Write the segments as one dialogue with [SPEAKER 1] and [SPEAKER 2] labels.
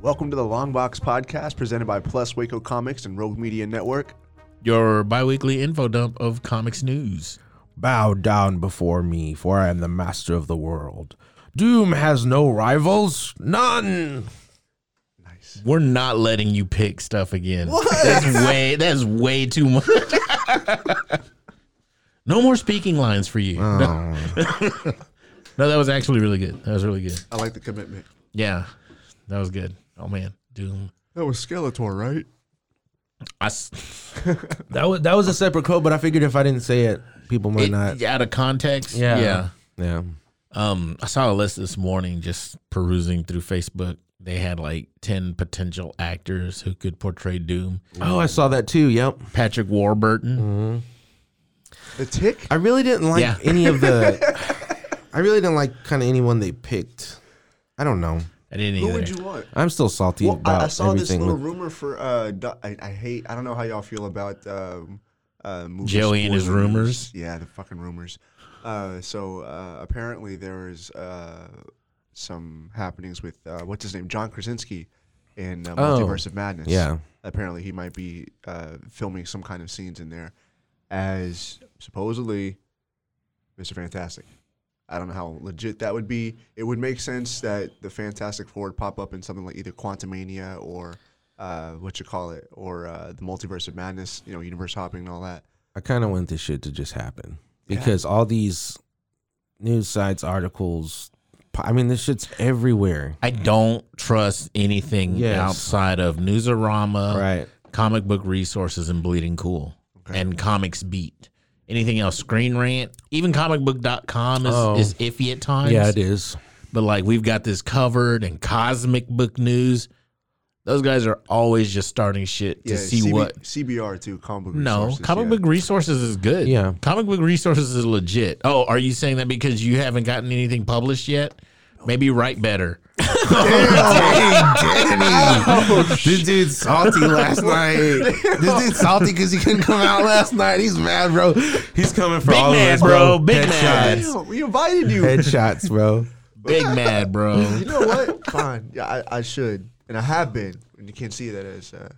[SPEAKER 1] Welcome to the Long Box Podcast, presented by Plus Waco Comics and Rogue Media Network.
[SPEAKER 2] Your biweekly info dump of comics news.
[SPEAKER 3] Bow down before me, for I am the master of the world. Doom has no rivals, none.
[SPEAKER 2] We're not letting you pick stuff again. That's way that's way too much. no more speaking lines for you. No.
[SPEAKER 3] Oh.
[SPEAKER 2] no, that was actually really good. That was really good.
[SPEAKER 1] I like the commitment.
[SPEAKER 2] Yeah. That was good. Oh man. Doom.
[SPEAKER 1] That was Skeletor, right?
[SPEAKER 2] I s-
[SPEAKER 3] That was that was a separate quote, but I figured if I didn't say it, people might
[SPEAKER 2] it-
[SPEAKER 3] not.
[SPEAKER 2] out of context.
[SPEAKER 3] Yeah.
[SPEAKER 2] Yeah.
[SPEAKER 3] Yeah.
[SPEAKER 2] Um, I saw a list this morning just perusing through Facebook. They had like 10 potential actors who could portray Doom.
[SPEAKER 3] Oh, I saw that too. Yep.
[SPEAKER 2] Patrick Warburton.
[SPEAKER 3] Mm-hmm.
[SPEAKER 1] The Tick?
[SPEAKER 3] I really didn't like
[SPEAKER 2] Yeah.
[SPEAKER 3] any of the. I really didn't like kind of anyone they picked. I don't know.
[SPEAKER 2] I didn't
[SPEAKER 1] Who
[SPEAKER 2] either.
[SPEAKER 1] would you want?
[SPEAKER 3] I'm still salty
[SPEAKER 1] Well,
[SPEAKER 3] about
[SPEAKER 1] I, I saw this
[SPEAKER 3] everything.
[SPEAKER 1] little
[SPEAKER 3] with-
[SPEAKER 1] rumor for. Uh, Do- I, I hate. I don't know how y'all feel about um, uh, movie
[SPEAKER 2] Joey and his
[SPEAKER 1] spoilers.
[SPEAKER 2] rumors?
[SPEAKER 1] Yeah, the fucking rumors. Uh, so uh, apparently there is uh, some happenings with uh, what's his name, John Krasinski, in uh,
[SPEAKER 3] Oh,
[SPEAKER 1] Multiverse of Madness.
[SPEAKER 3] yeah.
[SPEAKER 1] apparently he might be uh, filming some kind of scenes in there as supposedly Mr. Fantastic. I don't know how legit that would be. It would make sense that the Fantastic Four would pop up in something like either Quantumania or uh, what you call it, or uh, the Multiverse of Madness, you know, universe hopping and all that.
[SPEAKER 3] I kind of want this shit to just happen
[SPEAKER 1] Yeah.
[SPEAKER 3] because all these news sites, articles. po- I mean, this shit's everywhere.
[SPEAKER 2] I don't trust anything
[SPEAKER 3] Yes.
[SPEAKER 2] outside of Newsarama,
[SPEAKER 3] Right.
[SPEAKER 2] comic book resources, and Bleeding Cool, and Comics Beat. Anything else? Screen Rant, even comicbook.com is,
[SPEAKER 3] Oh.
[SPEAKER 2] is iffy at times.
[SPEAKER 3] Yeah, it is.
[SPEAKER 2] But like we've got this covered, and Cosmic Book News. Those guys are always just starting shit to
[SPEAKER 1] Yeah,
[SPEAKER 2] see
[SPEAKER 1] CB
[SPEAKER 2] what.
[SPEAKER 1] CBR too, comic book
[SPEAKER 2] No,
[SPEAKER 1] resources,
[SPEAKER 2] comic
[SPEAKER 1] yeah.
[SPEAKER 2] book resources is good.
[SPEAKER 3] Yeah.
[SPEAKER 2] comic book resources is legit. Oh, are you saying that because you haven't gotten anything published yet? Maybe write better.
[SPEAKER 3] This dude's salty last night. This dude's salty because he couldn't come out last night. He's mad, bro. He's coming for
[SPEAKER 2] Big
[SPEAKER 3] all
[SPEAKER 2] mad,
[SPEAKER 3] of us,
[SPEAKER 2] bro.
[SPEAKER 3] bro.
[SPEAKER 2] Big mad.
[SPEAKER 3] Headshots.
[SPEAKER 1] Damn, we invited you.
[SPEAKER 3] Headshots, bro.
[SPEAKER 2] Big mad, bro.
[SPEAKER 1] You know what? Fine. Yeah, I, I should, and I have been. And you can't see that as uh,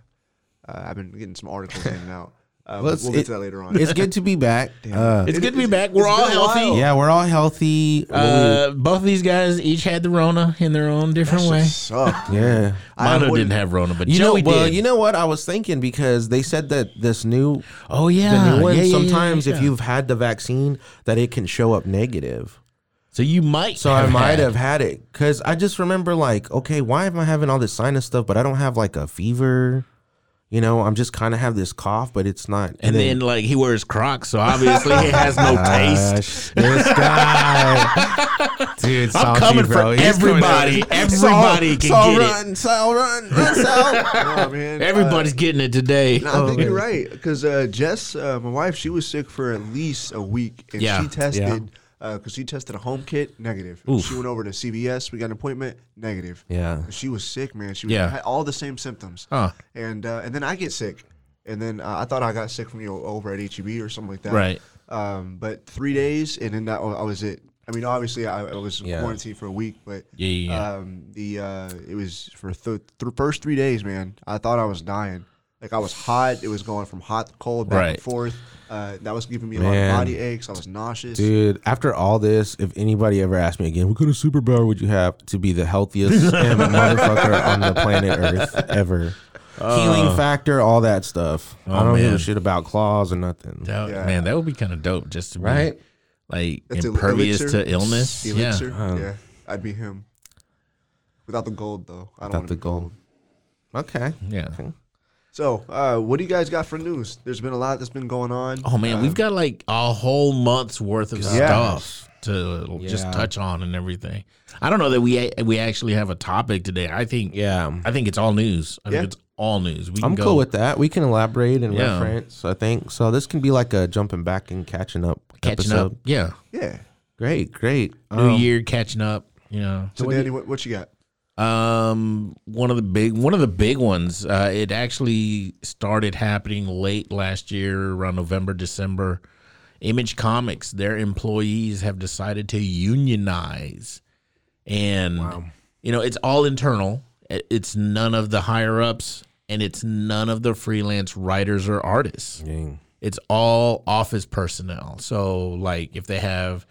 [SPEAKER 1] uh, I've been getting some articles in and out. Uh,
[SPEAKER 3] Well, it's-
[SPEAKER 1] we'll get
[SPEAKER 3] it-
[SPEAKER 1] to that later on.
[SPEAKER 3] It's good to be back. Uh,
[SPEAKER 2] It's good to be back.
[SPEAKER 1] it's
[SPEAKER 2] We're all
[SPEAKER 1] been a
[SPEAKER 2] healthy.
[SPEAKER 1] while.
[SPEAKER 3] yeah, we're all healthy.
[SPEAKER 2] Uh, both of these guys each had the Rona in their own different way.
[SPEAKER 1] Suck.
[SPEAKER 3] yeah.
[SPEAKER 1] I
[SPEAKER 2] Mono
[SPEAKER 1] wouldn't-
[SPEAKER 2] didn't have Rona, but
[SPEAKER 3] You
[SPEAKER 2] Joey
[SPEAKER 3] know, well,
[SPEAKER 2] did.
[SPEAKER 3] you know what I was thinking because they said that this new,
[SPEAKER 2] oh
[SPEAKER 3] the
[SPEAKER 2] yeah,
[SPEAKER 3] new one.
[SPEAKER 2] Yeah, yeah, yeah,
[SPEAKER 3] sometimes
[SPEAKER 2] yeah.
[SPEAKER 3] if you've had the vaccine, that it can show up negative.
[SPEAKER 2] so you might.
[SPEAKER 3] So I might
[SPEAKER 2] had-
[SPEAKER 3] have had it because I just remember like, okay, why am I having all this sinus stuff, but I don't have like a fever? You know, I'm just kind of have this cough, but it's not.
[SPEAKER 2] And then like he wears Crocs, so obviously he has no taste.
[SPEAKER 3] Gosh, this guy, dude,
[SPEAKER 2] I'm
[SPEAKER 3] salty,
[SPEAKER 2] coming
[SPEAKER 3] bro.
[SPEAKER 2] for
[SPEAKER 3] He's coming
[SPEAKER 2] everybody.
[SPEAKER 3] for-
[SPEAKER 2] Everybody
[SPEAKER 3] Saul,
[SPEAKER 2] can
[SPEAKER 3] Saul,
[SPEAKER 2] get it.
[SPEAKER 3] run, Saul, run, run, Saul.
[SPEAKER 1] Nah, man.
[SPEAKER 2] Everybody's getting it today.
[SPEAKER 1] Uh, I think you're right because uh, Jess, uh, my wife, she was sick for at least a week, and
[SPEAKER 2] Yeah.
[SPEAKER 1] she tested because she tested a home kit negative. She went over to CVS. We got an appointment negative.
[SPEAKER 3] Yeah.
[SPEAKER 1] she was sick, man. She was,
[SPEAKER 2] Yeah.
[SPEAKER 1] had all the same symptoms.
[SPEAKER 2] Huh.
[SPEAKER 1] And uh, and then I get sick, and then uh, I thought I got sick from you know, over at HEB or something like that.
[SPEAKER 2] Right.
[SPEAKER 1] Um, but three days, and then that wa- I was it. I mean, obviously, I, I was
[SPEAKER 3] Yeah.
[SPEAKER 1] quarantined for a week, but
[SPEAKER 2] Yeah, yeah, yeah.
[SPEAKER 1] uh, um, the uh, it was for th- th- first three days, man. I thought I was dying. Like I was hot. It was going from hot to cold, back
[SPEAKER 2] Right.
[SPEAKER 1] and forth. Uh, that was giving me a lot
[SPEAKER 3] Man.
[SPEAKER 1] of body aches. I was nauseous.
[SPEAKER 3] Dude, after all this, if anybody ever asked me again, what kind of superpower would you have to be the healthiest m- motherfucker on the planet Earth ever? Healing factor, all that stuff. I
[SPEAKER 2] Uh. Oh,
[SPEAKER 3] don't give
[SPEAKER 2] man.
[SPEAKER 3] a shit about claws or nothing.
[SPEAKER 2] That-
[SPEAKER 1] Yeah.
[SPEAKER 2] Man, that would be kind of dope just to be
[SPEAKER 3] Right?
[SPEAKER 2] like
[SPEAKER 1] That's el-
[SPEAKER 2] impervious
[SPEAKER 1] elixir.
[SPEAKER 2] to illness.
[SPEAKER 1] Elixir.
[SPEAKER 2] Yeah.
[SPEAKER 1] Yeah. I'd be him. Without the gold, though. I don't
[SPEAKER 3] Without
[SPEAKER 1] want
[SPEAKER 3] the gold. Okay.
[SPEAKER 2] Yeah.
[SPEAKER 1] So, uh, what do you guys got for news? There's been a lot that's been going on. Uh,
[SPEAKER 2] Oh man, we've got like a whole month's worth of stuff to just
[SPEAKER 3] Yeah.
[SPEAKER 2] touch on and everything. I don't know that we we actually have a topic today. I think
[SPEAKER 3] Yeah.
[SPEAKER 2] I think it's all news. I
[SPEAKER 1] Yeah.
[SPEAKER 2] think it's all news. We can
[SPEAKER 3] I'm
[SPEAKER 2] go,
[SPEAKER 3] cool with that. We can elaborate and
[SPEAKER 2] Yeah.
[SPEAKER 3] reference, I think. So this can be like a jumping back and catching up
[SPEAKER 2] catching
[SPEAKER 3] episode.
[SPEAKER 2] up. Yeah,
[SPEAKER 1] Yeah.
[SPEAKER 3] Great, great.
[SPEAKER 2] new
[SPEAKER 3] Um,
[SPEAKER 2] year catching up. You know,
[SPEAKER 1] So, Danny, what, what you got?
[SPEAKER 2] Um, one of the big one of the big ones. Uh, it actually started happening late last year, around November, December. Image Comics, their employees have decided to unionize, and you know it's all internal. It- It's none of the higher ups, and it's none of the freelance writers or artists
[SPEAKER 3] Dang.
[SPEAKER 2] it's all office personnel so like if they have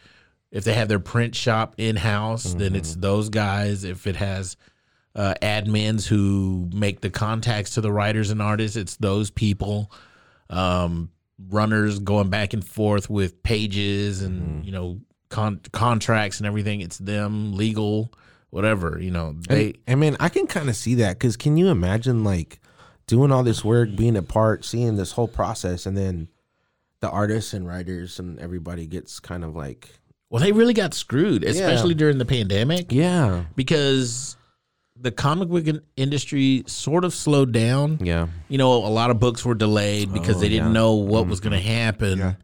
[SPEAKER 2] if they have their print shop in house then it's those guys if it has uh, admins who make the contacts to the writers and artists it's those people um, runners going back and forth with pages and you know con- contracts and everything it's them legal whatever you know they
[SPEAKER 3] I mean, I can kind of see that because can you imagine like doing all this work, being a part, seeing this whole process, and then the artists and writers and everybody gets kind of like,
[SPEAKER 2] well they really got screwed especially during the pandemic
[SPEAKER 3] yeah,
[SPEAKER 2] because the comic book in- industry sort of slowed down.
[SPEAKER 3] yeah,
[SPEAKER 2] You know, a lot of books were delayed because
[SPEAKER 3] Oh,
[SPEAKER 2] they didn't
[SPEAKER 3] yeah.
[SPEAKER 2] know what was going to happen.
[SPEAKER 1] Yeah.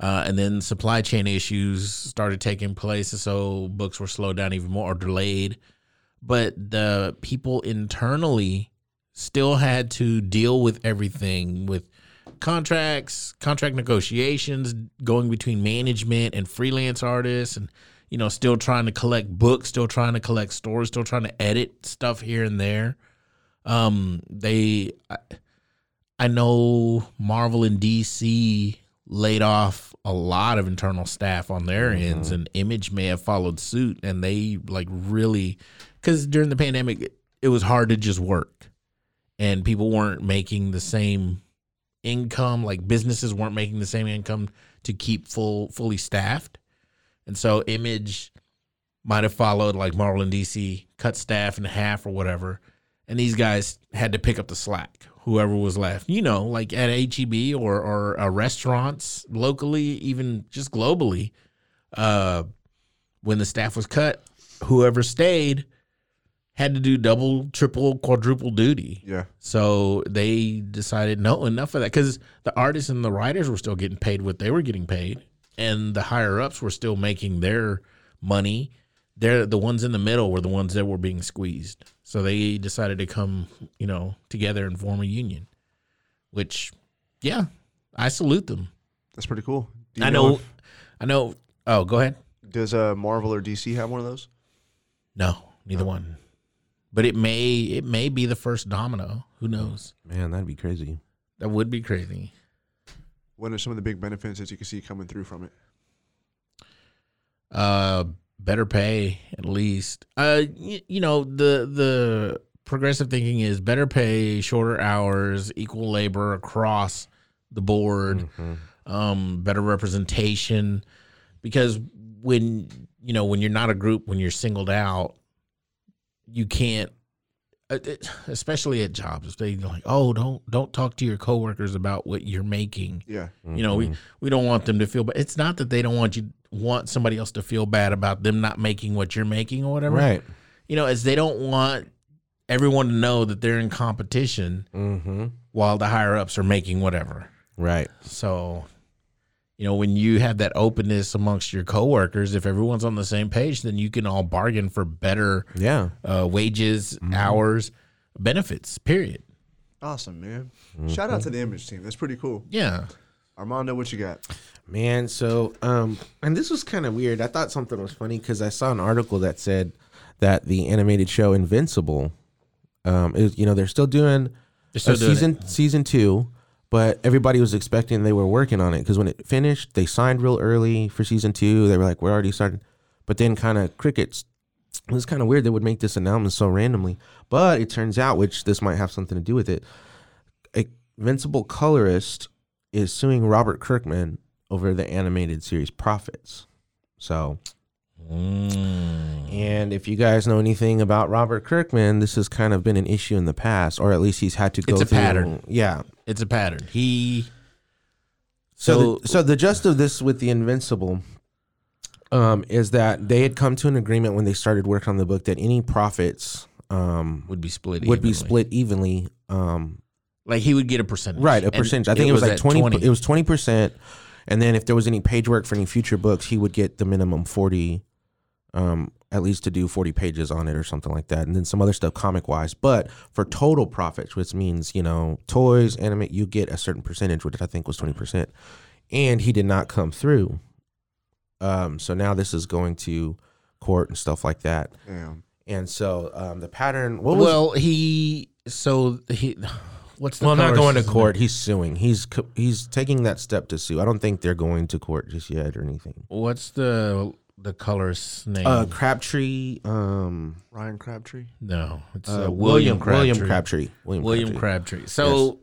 [SPEAKER 2] Uh, and then supply chain issues started taking place. And so books were slowed down even more or delayed. But the people internally still had to deal with everything with contracts, contract negotiations, going between management and freelance artists, and you know, still trying to collect books, still trying to collect stories, still trying to edit stuff here and there. Um, they, I, I know Marvel and DC laid off a lot of internal staff on their ends, and Image may have followed suit, and they like really, because during the pandemic, it was hard to just work and people weren't making the same income like businesses weren't making the same income to keep full fully staffed and so image might have followed like marvel and dc cut staff in half or whatever and these guys had to pick up the slack whoever was left you know like at heb or or uh, restaurants locally even just globally uh when the staff was cut whoever stayed had to do double triple quadruple duty
[SPEAKER 1] Yeah.
[SPEAKER 2] so they decided, no, enough of that. Because the artists and the writers were still getting paid what they were getting paid, and the higher ups were still making their money. They're the ones in the middle were the ones that were being squeezed. So they decided to come, you know, together and form a union. Which, yeah, I salute them.
[SPEAKER 1] That's pretty cool. Do you
[SPEAKER 2] I know,
[SPEAKER 1] if-
[SPEAKER 2] I know. Oh, go ahead.
[SPEAKER 1] does uh, Marvel or DC have one of those?
[SPEAKER 2] No, neither one. But it may, it may be the first domino. Who knows?
[SPEAKER 3] man, that'd be crazy.
[SPEAKER 2] That would be crazy.
[SPEAKER 1] What are some of the big benefits that you can see coming through from it?
[SPEAKER 2] uh better pay at least uh y- you know the the progressive thinking is better pay shorter hours equal labor across the board um better representation because when you know when you're not a group when you're singled out you can't uh, it- especially at jobs they like oh don't don't talk to your coworkers about what you're making
[SPEAKER 1] Yeah.
[SPEAKER 2] you know,
[SPEAKER 3] Mm-hmm.
[SPEAKER 2] we, we don't want them to feel bad. It's not that they don't want you want somebody else to feel bad about them not making what you're making or whatever.
[SPEAKER 3] right?
[SPEAKER 2] You know, as they don't want everyone to know that they're in competition
[SPEAKER 3] Mm-hmm.
[SPEAKER 2] while the higher ups are making whatever.
[SPEAKER 3] Right.
[SPEAKER 2] So, you know, when you have that openness amongst your coworkers, if everyone's on the same page, then you can all bargain for better
[SPEAKER 3] Yeah.
[SPEAKER 2] uh, wages,
[SPEAKER 3] Mm-hmm.
[SPEAKER 2] hours, benefits. Period.
[SPEAKER 1] Awesome, man.
[SPEAKER 3] Mm-hmm.
[SPEAKER 1] Shout out to the image team. That's pretty cool.
[SPEAKER 2] Yeah.
[SPEAKER 1] Armando, what you got?
[SPEAKER 3] Man, so um, and this was kind of weird. I thought something was funny because I saw an article that said that the animated show Invincible, um, is you know they're still doing
[SPEAKER 2] They're still
[SPEAKER 3] or
[SPEAKER 2] doing it.
[SPEAKER 3] season season two, but everybody was expecting they were working on it because when it finished, they signed real early for season two. They were like, "We're already starting," but then kind of crickets. It was kind of weird they would make this announcement so randomly, but it turns out, which this might have something to do with it, Invincible colorist is suing Robert Kirkman over the animated series profits. So
[SPEAKER 2] Mm.
[SPEAKER 3] and if you guys know anything about Robert Kirkman, this has kind of been an issue in the past, or at least he's had to go
[SPEAKER 2] It's a
[SPEAKER 3] through.
[SPEAKER 2] pattern.
[SPEAKER 3] Yeah.
[SPEAKER 2] It's a pattern. He
[SPEAKER 3] So, the, so the gist of this with the Invincible um, is that they had come to an agreement when they started working on the book that any profits um,
[SPEAKER 2] would be split.
[SPEAKER 3] would be
[SPEAKER 2] evenly.
[SPEAKER 3] split evenly. Um,
[SPEAKER 2] Like he would get a percentage.
[SPEAKER 3] right, a
[SPEAKER 2] And
[SPEAKER 3] percentage. I think it was, like
[SPEAKER 2] at
[SPEAKER 3] 20, It was twenty percent, and then if there was any page work for any future books, he would get the minimum forty, um, at least to do forty pages on it or something like that, and then some other stuff comic wise. But for total profits, which means you know toys, anime, you get a certain percentage, which I think was twenty percent, and he did not come through. Um, so now this is going to court and stuff like that,
[SPEAKER 1] Damn.
[SPEAKER 3] and so um, the pattern. What was
[SPEAKER 2] well, he so he. What's the
[SPEAKER 3] well, I'm not
[SPEAKER 2] colorist's
[SPEAKER 3] going to
[SPEAKER 2] name?
[SPEAKER 3] court. He's suing. He's co- he's taking that step to sue. I don't think they're going to court just yet or anything.
[SPEAKER 2] What's the the colorist's name?
[SPEAKER 3] Uh, Crabtree. Um,
[SPEAKER 1] Ryan Crabtree.
[SPEAKER 2] no, it's
[SPEAKER 3] uh,
[SPEAKER 2] uh, William
[SPEAKER 3] William
[SPEAKER 2] Crabtree.
[SPEAKER 3] Crabtree.
[SPEAKER 2] William Crabtree. So,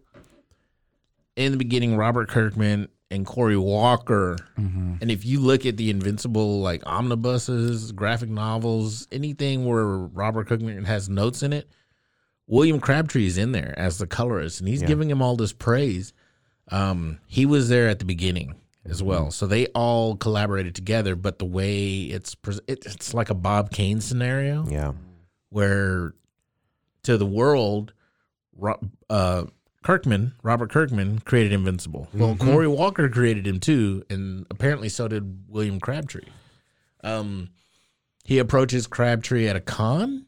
[SPEAKER 2] in the beginning, Robert Kirkman and Corey Walker. And if you look at the Invincible, like omnibuses, graphic novels, anything where Robert Kirkman has notes in it, William Crabtree is in there as the colorist, and he's giving him all this praise. Um, he was there at the beginning as well, so they all collaborated together. But the way it's pres it, it's like a Bob Kane scenario
[SPEAKER 3] Yeah.
[SPEAKER 2] where to the world, Ro- uh, Kirkman, Robert Kirkman, created Invincible. Well,
[SPEAKER 3] Mm-hmm.
[SPEAKER 2] Corey Walker created him too, and apparently so did William Crabtree. Um, he approaches Crabtree at a con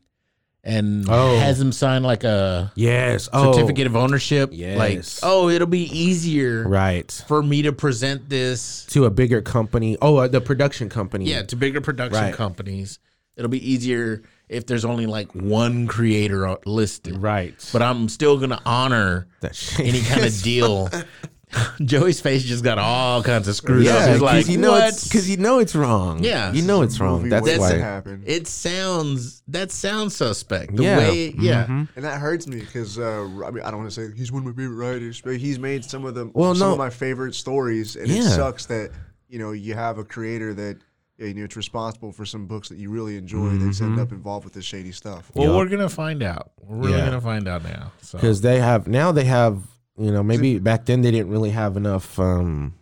[SPEAKER 2] and
[SPEAKER 3] Oh.
[SPEAKER 2] has him sign like a
[SPEAKER 3] Yes. Oh.
[SPEAKER 2] certificate of ownership. Like,
[SPEAKER 3] Yes.
[SPEAKER 2] oh, it'll be easier
[SPEAKER 3] Right.
[SPEAKER 2] for me to present this
[SPEAKER 3] To a bigger company. Oh, uh, the production company.
[SPEAKER 2] yeah, to bigger production
[SPEAKER 3] Right.
[SPEAKER 2] companies. It'll be easier if there's only like one creator o- listed.
[SPEAKER 3] Right.
[SPEAKER 2] But I'm still going to honor
[SPEAKER 3] that shit.
[SPEAKER 2] any kind of deal. Joey's face just got all kinds of screwed up.
[SPEAKER 3] yeah,
[SPEAKER 2] He's
[SPEAKER 3] because
[SPEAKER 2] like,
[SPEAKER 3] you know it's
[SPEAKER 2] what?
[SPEAKER 3] because you know it's wrong.
[SPEAKER 2] Yeah.
[SPEAKER 3] You know it's wrong.
[SPEAKER 1] Movie
[SPEAKER 3] That's
[SPEAKER 1] waiting to
[SPEAKER 3] why.
[SPEAKER 1] happen.
[SPEAKER 2] It sounds, that sounds suspect. The
[SPEAKER 3] Yeah. Mm-hmm.
[SPEAKER 2] way, yeah.
[SPEAKER 3] Hmm?
[SPEAKER 1] And that hurts me because uh, I mean I don't want to say he's one of my favorite writers, but he's made some of the
[SPEAKER 3] Well,
[SPEAKER 1] some
[SPEAKER 3] no.
[SPEAKER 1] of my favorite stories, and it
[SPEAKER 3] Yeah.
[SPEAKER 1] sucks that you know you have a creator that you know it's responsible for some books that you really enjoy that's end
[SPEAKER 3] Mm-hmm.
[SPEAKER 1] up involved with this shady stuff.
[SPEAKER 2] Well,
[SPEAKER 3] Yup.
[SPEAKER 2] we're going to find out. We're really
[SPEAKER 3] Yeah.
[SPEAKER 2] going to find out now. So.
[SPEAKER 3] Because they have now they have you know maybe back then they didn't really have enough. um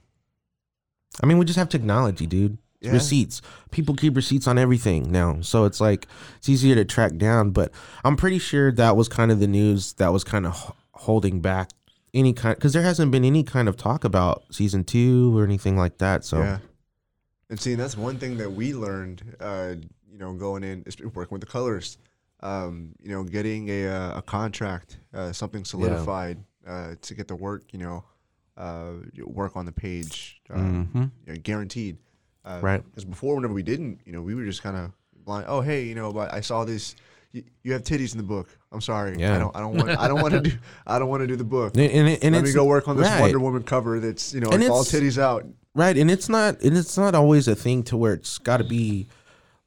[SPEAKER 3] I mean, we just have technology, dude.
[SPEAKER 1] Yeah.
[SPEAKER 3] Receipts. People keep receipts on everything now, so it's like it's easier to track down. But I'm pretty sure that was kind of the news that was kind of h- holding back any kind because there hasn't been any kind of talk about season two or anything like that. So
[SPEAKER 1] Yeah. And see, that's one thing that we learned, uh, you know, going in, is working with the colorist, um, you know, getting a, uh, a contract, uh, something solidified uh, to get the work, you know, uh, work on the page uh, you know, guaranteed. Uh,
[SPEAKER 3] Mm-hmm. Right.
[SPEAKER 1] Because before, whenever we didn't, you know, we were just kind of blind. Oh, hey, you know, but I saw this. You, you have titties in the book. I'm sorry. I
[SPEAKER 3] Yeah.
[SPEAKER 1] don't. I don't want. I don't want to do. I don't want to do the book.
[SPEAKER 3] and, and, it- and
[SPEAKER 1] Let
[SPEAKER 3] it's
[SPEAKER 1] me go work on this
[SPEAKER 3] right.
[SPEAKER 1] Wonder Woman cover. That's you know,
[SPEAKER 3] And
[SPEAKER 1] it's all
[SPEAKER 3] it's-
[SPEAKER 1] titties out.
[SPEAKER 3] Right, and it's not and it's not always a thing to where it's got to be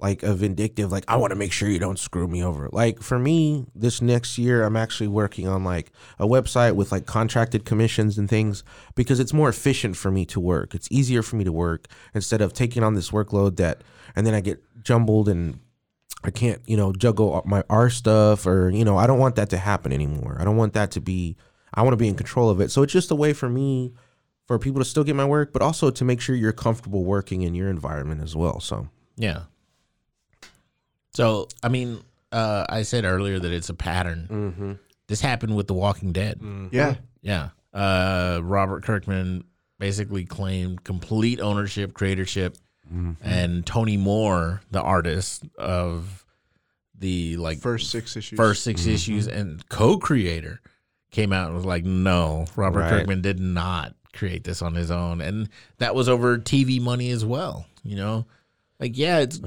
[SPEAKER 3] like a vindictive like I want to make sure you don't screw me over. Like for me, this next year I'm actually working on like a website with like contracted commissions and things because it's more efficient for me to work. It's easier for me to work instead of taking on this workload that and then I get jumbled and I can't, you know, juggle my R stuff or, you know, I don't want that to happen anymore. I don't want that to be, I want to be in control of it. So it's just a way for me, for people to still get my work, but also to make sure you're comfortable working in your environment as well. So,
[SPEAKER 2] Yeah. So, I mean, uh, I said earlier that it's a pattern.
[SPEAKER 3] Mm-hmm.
[SPEAKER 2] This happened with The Walking Dead.
[SPEAKER 1] Yeah.
[SPEAKER 2] Yeah. Uh, Robert Kirkman basically claimed complete ownership, creatorship, and Tony Moore, the artist of the like
[SPEAKER 1] First six issues.
[SPEAKER 2] first six issues and co-creator came out and was like, "No, Robert
[SPEAKER 3] Right.
[SPEAKER 2] Kirkman did not create this on his own," and that was over TV money as well. You know, like yeah, it's.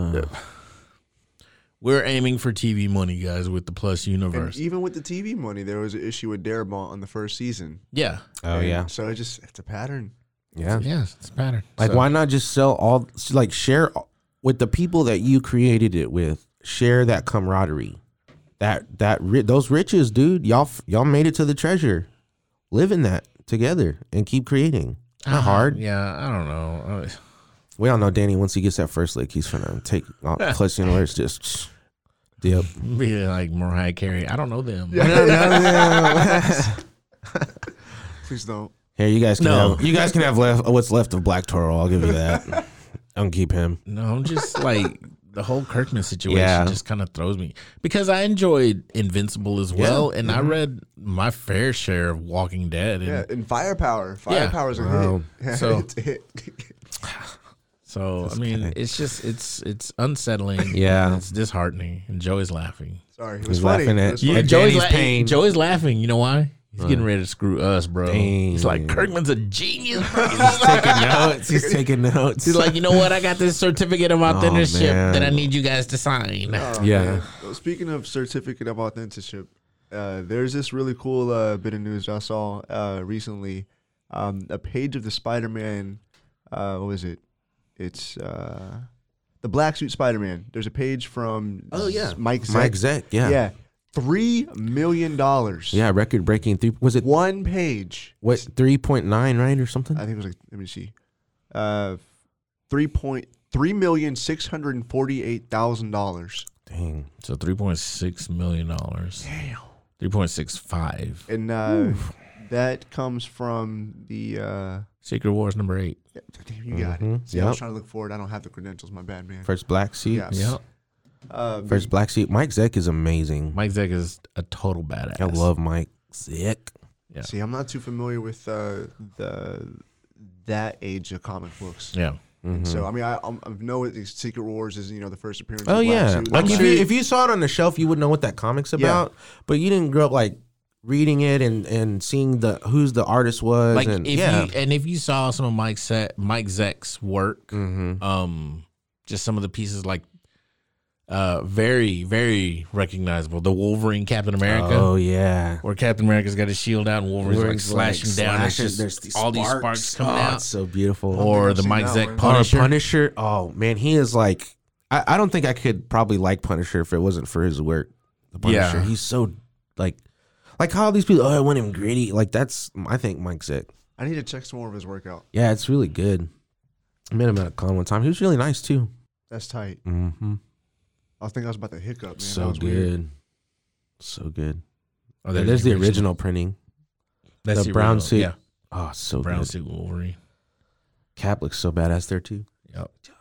[SPEAKER 2] We're aiming for TV money, guys, with the Plus
[SPEAKER 1] And
[SPEAKER 2] Universe.
[SPEAKER 1] even with the TV money, there was an issue with Darabont on the first season.
[SPEAKER 2] yeah.
[SPEAKER 3] Oh
[SPEAKER 1] And
[SPEAKER 3] yeah,
[SPEAKER 1] So it just it's a pattern.
[SPEAKER 3] yeah.
[SPEAKER 2] Yes, it's a pattern.
[SPEAKER 3] Like,
[SPEAKER 2] So-
[SPEAKER 3] why not just sell all? Like, share with the people that you created it with. Share that camaraderie, that that ri- those riches, dude. Y'all f- y'all made it to the treasure. Live in that together and keep creating. Not
[SPEAKER 2] Uh,
[SPEAKER 3] hard.
[SPEAKER 2] Yeah, I don't know. Uh,
[SPEAKER 3] We all know Danny. Once he gets that first lick, he's gonna take all plus universe. Just dip.
[SPEAKER 2] Be like Mariah Carey. I don't know them.
[SPEAKER 1] Please don't.
[SPEAKER 3] Here, you guys can
[SPEAKER 2] No.
[SPEAKER 3] have you guys can have left what's left of Black Toro. I'll give you that. I'll keep him.
[SPEAKER 2] No, I'm just like the whole Kirkman situation
[SPEAKER 3] Yeah.
[SPEAKER 2] just kind of throws me because I enjoyed Invincible as well, and
[SPEAKER 3] Mm-hmm.
[SPEAKER 2] I read my fair share of Walking Dead, and
[SPEAKER 1] Yeah, and firepower. Firepower's a
[SPEAKER 3] Wow.
[SPEAKER 1] hit. Yeah,
[SPEAKER 2] So-
[SPEAKER 1] it's a hit.
[SPEAKER 2] so I mean, it's just it's it's unsettling.
[SPEAKER 3] Yeah.
[SPEAKER 2] It's disheartening, and Joey's laughing.
[SPEAKER 1] Sorry, it was
[SPEAKER 3] He's
[SPEAKER 1] funny.
[SPEAKER 3] laughing
[SPEAKER 1] It
[SPEAKER 3] at-
[SPEAKER 1] was
[SPEAKER 3] Yeah,
[SPEAKER 1] funny.
[SPEAKER 3] And Danny's
[SPEAKER 2] la-
[SPEAKER 3] pain.
[SPEAKER 2] Joey's laughing. You know why? He's getting ready to screw us, bro. He's like
[SPEAKER 3] Dang.
[SPEAKER 2] Kirkman's a genius. bro."
[SPEAKER 3] He's taking notes. He's taking notes.
[SPEAKER 2] He's like, you know what? I got this certificate of authorship
[SPEAKER 3] Oh, man. Oh.
[SPEAKER 2] that I need you guys to sign.
[SPEAKER 3] yeah.
[SPEAKER 1] Well, Speaking of certificate of authenticity, uh, there's this really cool uh, bit of news I saw uh, recently. Um, a page of the Spider-Man, uh, what was it? It's uh, the Black Suit Spider-Man. There's a page from
[SPEAKER 3] Oh, yeah.
[SPEAKER 1] Mike Zeck.
[SPEAKER 3] Mike Zeck. Yeah. Yeah.
[SPEAKER 1] yeah, three million dollars.
[SPEAKER 3] Record breaking three. Was it
[SPEAKER 1] one page.
[SPEAKER 3] what three point nine right or something?
[SPEAKER 1] I think it was like let me see, uh, three point three million six hundred and forty eight thousand dollars.
[SPEAKER 3] Dang.
[SPEAKER 2] So three point six million dollars.
[SPEAKER 1] Damn.
[SPEAKER 2] Three point six five.
[SPEAKER 1] And uh, that comes from the. Uh,
[SPEAKER 2] Secret Wars number eight.
[SPEAKER 1] damn, you got
[SPEAKER 3] Mhm.
[SPEAKER 1] it. See, I was
[SPEAKER 3] Yep.
[SPEAKER 1] trying to look for it. I don't have the credentials. My bad, man.
[SPEAKER 3] First black seat.
[SPEAKER 1] Yeah.
[SPEAKER 2] Yeah.
[SPEAKER 1] Uh,
[SPEAKER 3] First black seat. Mike Zeck is amazing.
[SPEAKER 2] Mike Zeck is a total badass.
[SPEAKER 3] I love Mike Zeck.
[SPEAKER 1] See, I'm not too familiar with uh, the that age of comic books.
[SPEAKER 2] Yeah.
[SPEAKER 3] Mm-hmm.
[SPEAKER 1] And so, I mean, I, I'm- I know it- Secret Wars is you know the first appearance.
[SPEAKER 3] Oh
[SPEAKER 1] of Black
[SPEAKER 3] yeah,
[SPEAKER 1] Suit.
[SPEAKER 3] like
[SPEAKER 1] I'm
[SPEAKER 3] if
[SPEAKER 1] sure-
[SPEAKER 3] you if you saw it on the shelf, you would know what that comic's about. But you didn't grow up like reading it and and seeing the who's the artist was.
[SPEAKER 2] Like
[SPEAKER 3] and,
[SPEAKER 2] if
[SPEAKER 3] yeah,
[SPEAKER 2] you and if you saw some of Mike Set Mike Zeck's work,
[SPEAKER 3] Mm-hmm. Mm.
[SPEAKER 2] um, just some of the pieces like uh very, very recognizable. The Wolverine Captain America.
[SPEAKER 3] oh yeah,
[SPEAKER 2] Where Captain America's got his shield out and Wolverine's like
[SPEAKER 3] Wolverine's, like,
[SPEAKER 2] slashing down. It's
[SPEAKER 3] slashing.
[SPEAKER 2] just
[SPEAKER 3] There's these
[SPEAKER 2] all these
[SPEAKER 3] sparks.
[SPEAKER 2] sparks coming
[SPEAKER 3] oh,
[SPEAKER 2] out.
[SPEAKER 3] It's so beautiful.
[SPEAKER 2] or
[SPEAKER 1] I've
[SPEAKER 2] the
[SPEAKER 1] seen
[SPEAKER 2] Mike
[SPEAKER 1] that
[SPEAKER 2] Zeck
[SPEAKER 1] one.
[SPEAKER 2] Punisher.
[SPEAKER 3] Or Punisher. Oh man, he is like I, I don't think I could probably like Punisher if it wasn't for his work. The
[SPEAKER 2] Yeah.
[SPEAKER 3] Punisher. He's so like like how these people. Oh, I want him gritty. Like that's I think Mike Zeck.
[SPEAKER 1] I need to check some more of his workout.
[SPEAKER 3] Yeah, it's really good. I met him at a con one time. He was really nice too.
[SPEAKER 1] That's tight.
[SPEAKER 3] Mm-hmm.
[SPEAKER 1] I think I was about to hiccup, man. that
[SPEAKER 3] so
[SPEAKER 1] was
[SPEAKER 3] good.
[SPEAKER 1] Weird.
[SPEAKER 3] So good.
[SPEAKER 2] Oh,
[SPEAKER 3] there's, the original, printing.
[SPEAKER 2] That's
[SPEAKER 3] the brown suit.
[SPEAKER 2] Yeah.
[SPEAKER 3] Oh, so
[SPEAKER 2] Brown
[SPEAKER 3] good.
[SPEAKER 2] suit Wolverine.
[SPEAKER 3] Cap looks so badass there too.
[SPEAKER 2] Yep.
[SPEAKER 3] Uh,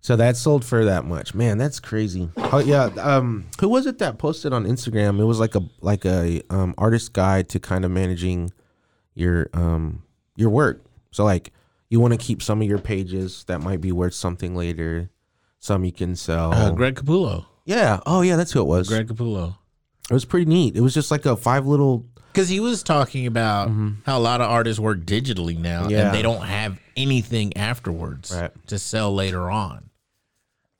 [SPEAKER 3] So that sold for that much. Man, that's crazy. Oh yeah. Um who was it that posted on Instagram? It was like a like a um artist guide to kind of managing your um your work. So like you want to keep some of your pages that might be worth something later. Some you can sell.
[SPEAKER 2] Uh, Greg Capullo.
[SPEAKER 3] yeah. Oh yeah, that's who it was.
[SPEAKER 2] Greg Capullo.
[SPEAKER 3] It was pretty neat. It was just like a five little
[SPEAKER 2] Because he was talking about how a lot of artists work digitally now,
[SPEAKER 3] Mm-hmm. Yeah.
[SPEAKER 2] and they don't have anything afterwards
[SPEAKER 3] Right.
[SPEAKER 2] to sell later on.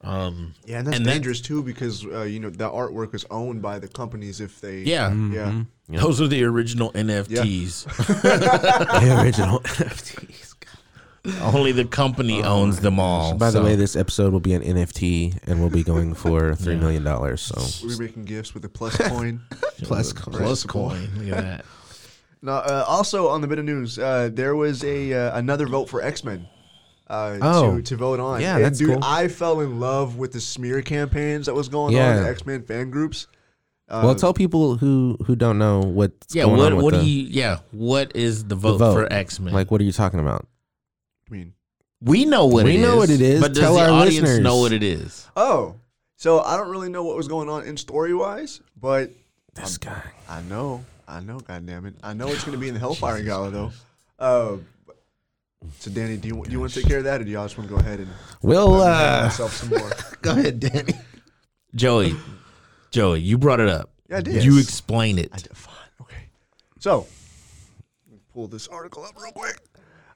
[SPEAKER 2] Um,
[SPEAKER 1] Yeah, and that's
[SPEAKER 2] And that-
[SPEAKER 1] dangerous too because uh, you know the artwork is owned by the companies if they.
[SPEAKER 2] yeah,
[SPEAKER 3] Mm-hmm.
[SPEAKER 1] Yeah.
[SPEAKER 2] those are the original NFTs.
[SPEAKER 3] the original NFTs.
[SPEAKER 2] Only the company owns them all.
[SPEAKER 3] Uh, By
[SPEAKER 2] so-
[SPEAKER 3] the way, this episode will be an NFT, and we'll be going for three million dollars. So
[SPEAKER 1] We're making gifts with a plus coin.
[SPEAKER 3] plus
[SPEAKER 2] plus coin. Look at that.
[SPEAKER 1] now, uh, also on the bit of news, uh, there was a uh, another vote for X Men. Uh,
[SPEAKER 3] Oh.
[SPEAKER 1] to, to vote on.
[SPEAKER 3] Yeah,
[SPEAKER 1] And
[SPEAKER 3] that's
[SPEAKER 1] dude,
[SPEAKER 3] cool.
[SPEAKER 1] I fell in love with the smear campaigns that was going on in
[SPEAKER 3] Yeah.
[SPEAKER 1] the X Men fan groups.
[SPEAKER 3] well, tell people who who don't know what's
[SPEAKER 2] Yeah.
[SPEAKER 3] going
[SPEAKER 2] What?
[SPEAKER 3] on with
[SPEAKER 2] What do
[SPEAKER 3] the-
[SPEAKER 2] you? Yeah. What is the
[SPEAKER 3] the
[SPEAKER 2] vote,
[SPEAKER 3] vote.
[SPEAKER 2] for X Men?
[SPEAKER 3] Like, what are you talking about?
[SPEAKER 1] I mean,
[SPEAKER 2] we know what
[SPEAKER 3] We
[SPEAKER 2] it
[SPEAKER 3] know
[SPEAKER 2] is,
[SPEAKER 3] what it is.
[SPEAKER 2] But does
[SPEAKER 3] Tell
[SPEAKER 2] the
[SPEAKER 3] our
[SPEAKER 2] audience
[SPEAKER 3] listeners.
[SPEAKER 2] know what it is?
[SPEAKER 1] oh, so I don't really know what was going on in story wise, but
[SPEAKER 3] This
[SPEAKER 2] Um,
[SPEAKER 3] guy.
[SPEAKER 1] I know, I know, goddamn it, I know it's going to be in the Hellfire Gala though. Uh, so, Danny, do you do you want to take care of that, or do y'all just want to go ahead and
[SPEAKER 3] Well,
[SPEAKER 1] uh,
[SPEAKER 3] uh,
[SPEAKER 1] myself some more?
[SPEAKER 3] go ahead, Danny.
[SPEAKER 2] Joey, Joey, you brought it up.
[SPEAKER 1] Yeah, I did.
[SPEAKER 2] You
[SPEAKER 1] Yes.
[SPEAKER 2] explain it.
[SPEAKER 1] Fine. Okay. So, let me pull this article up real quick.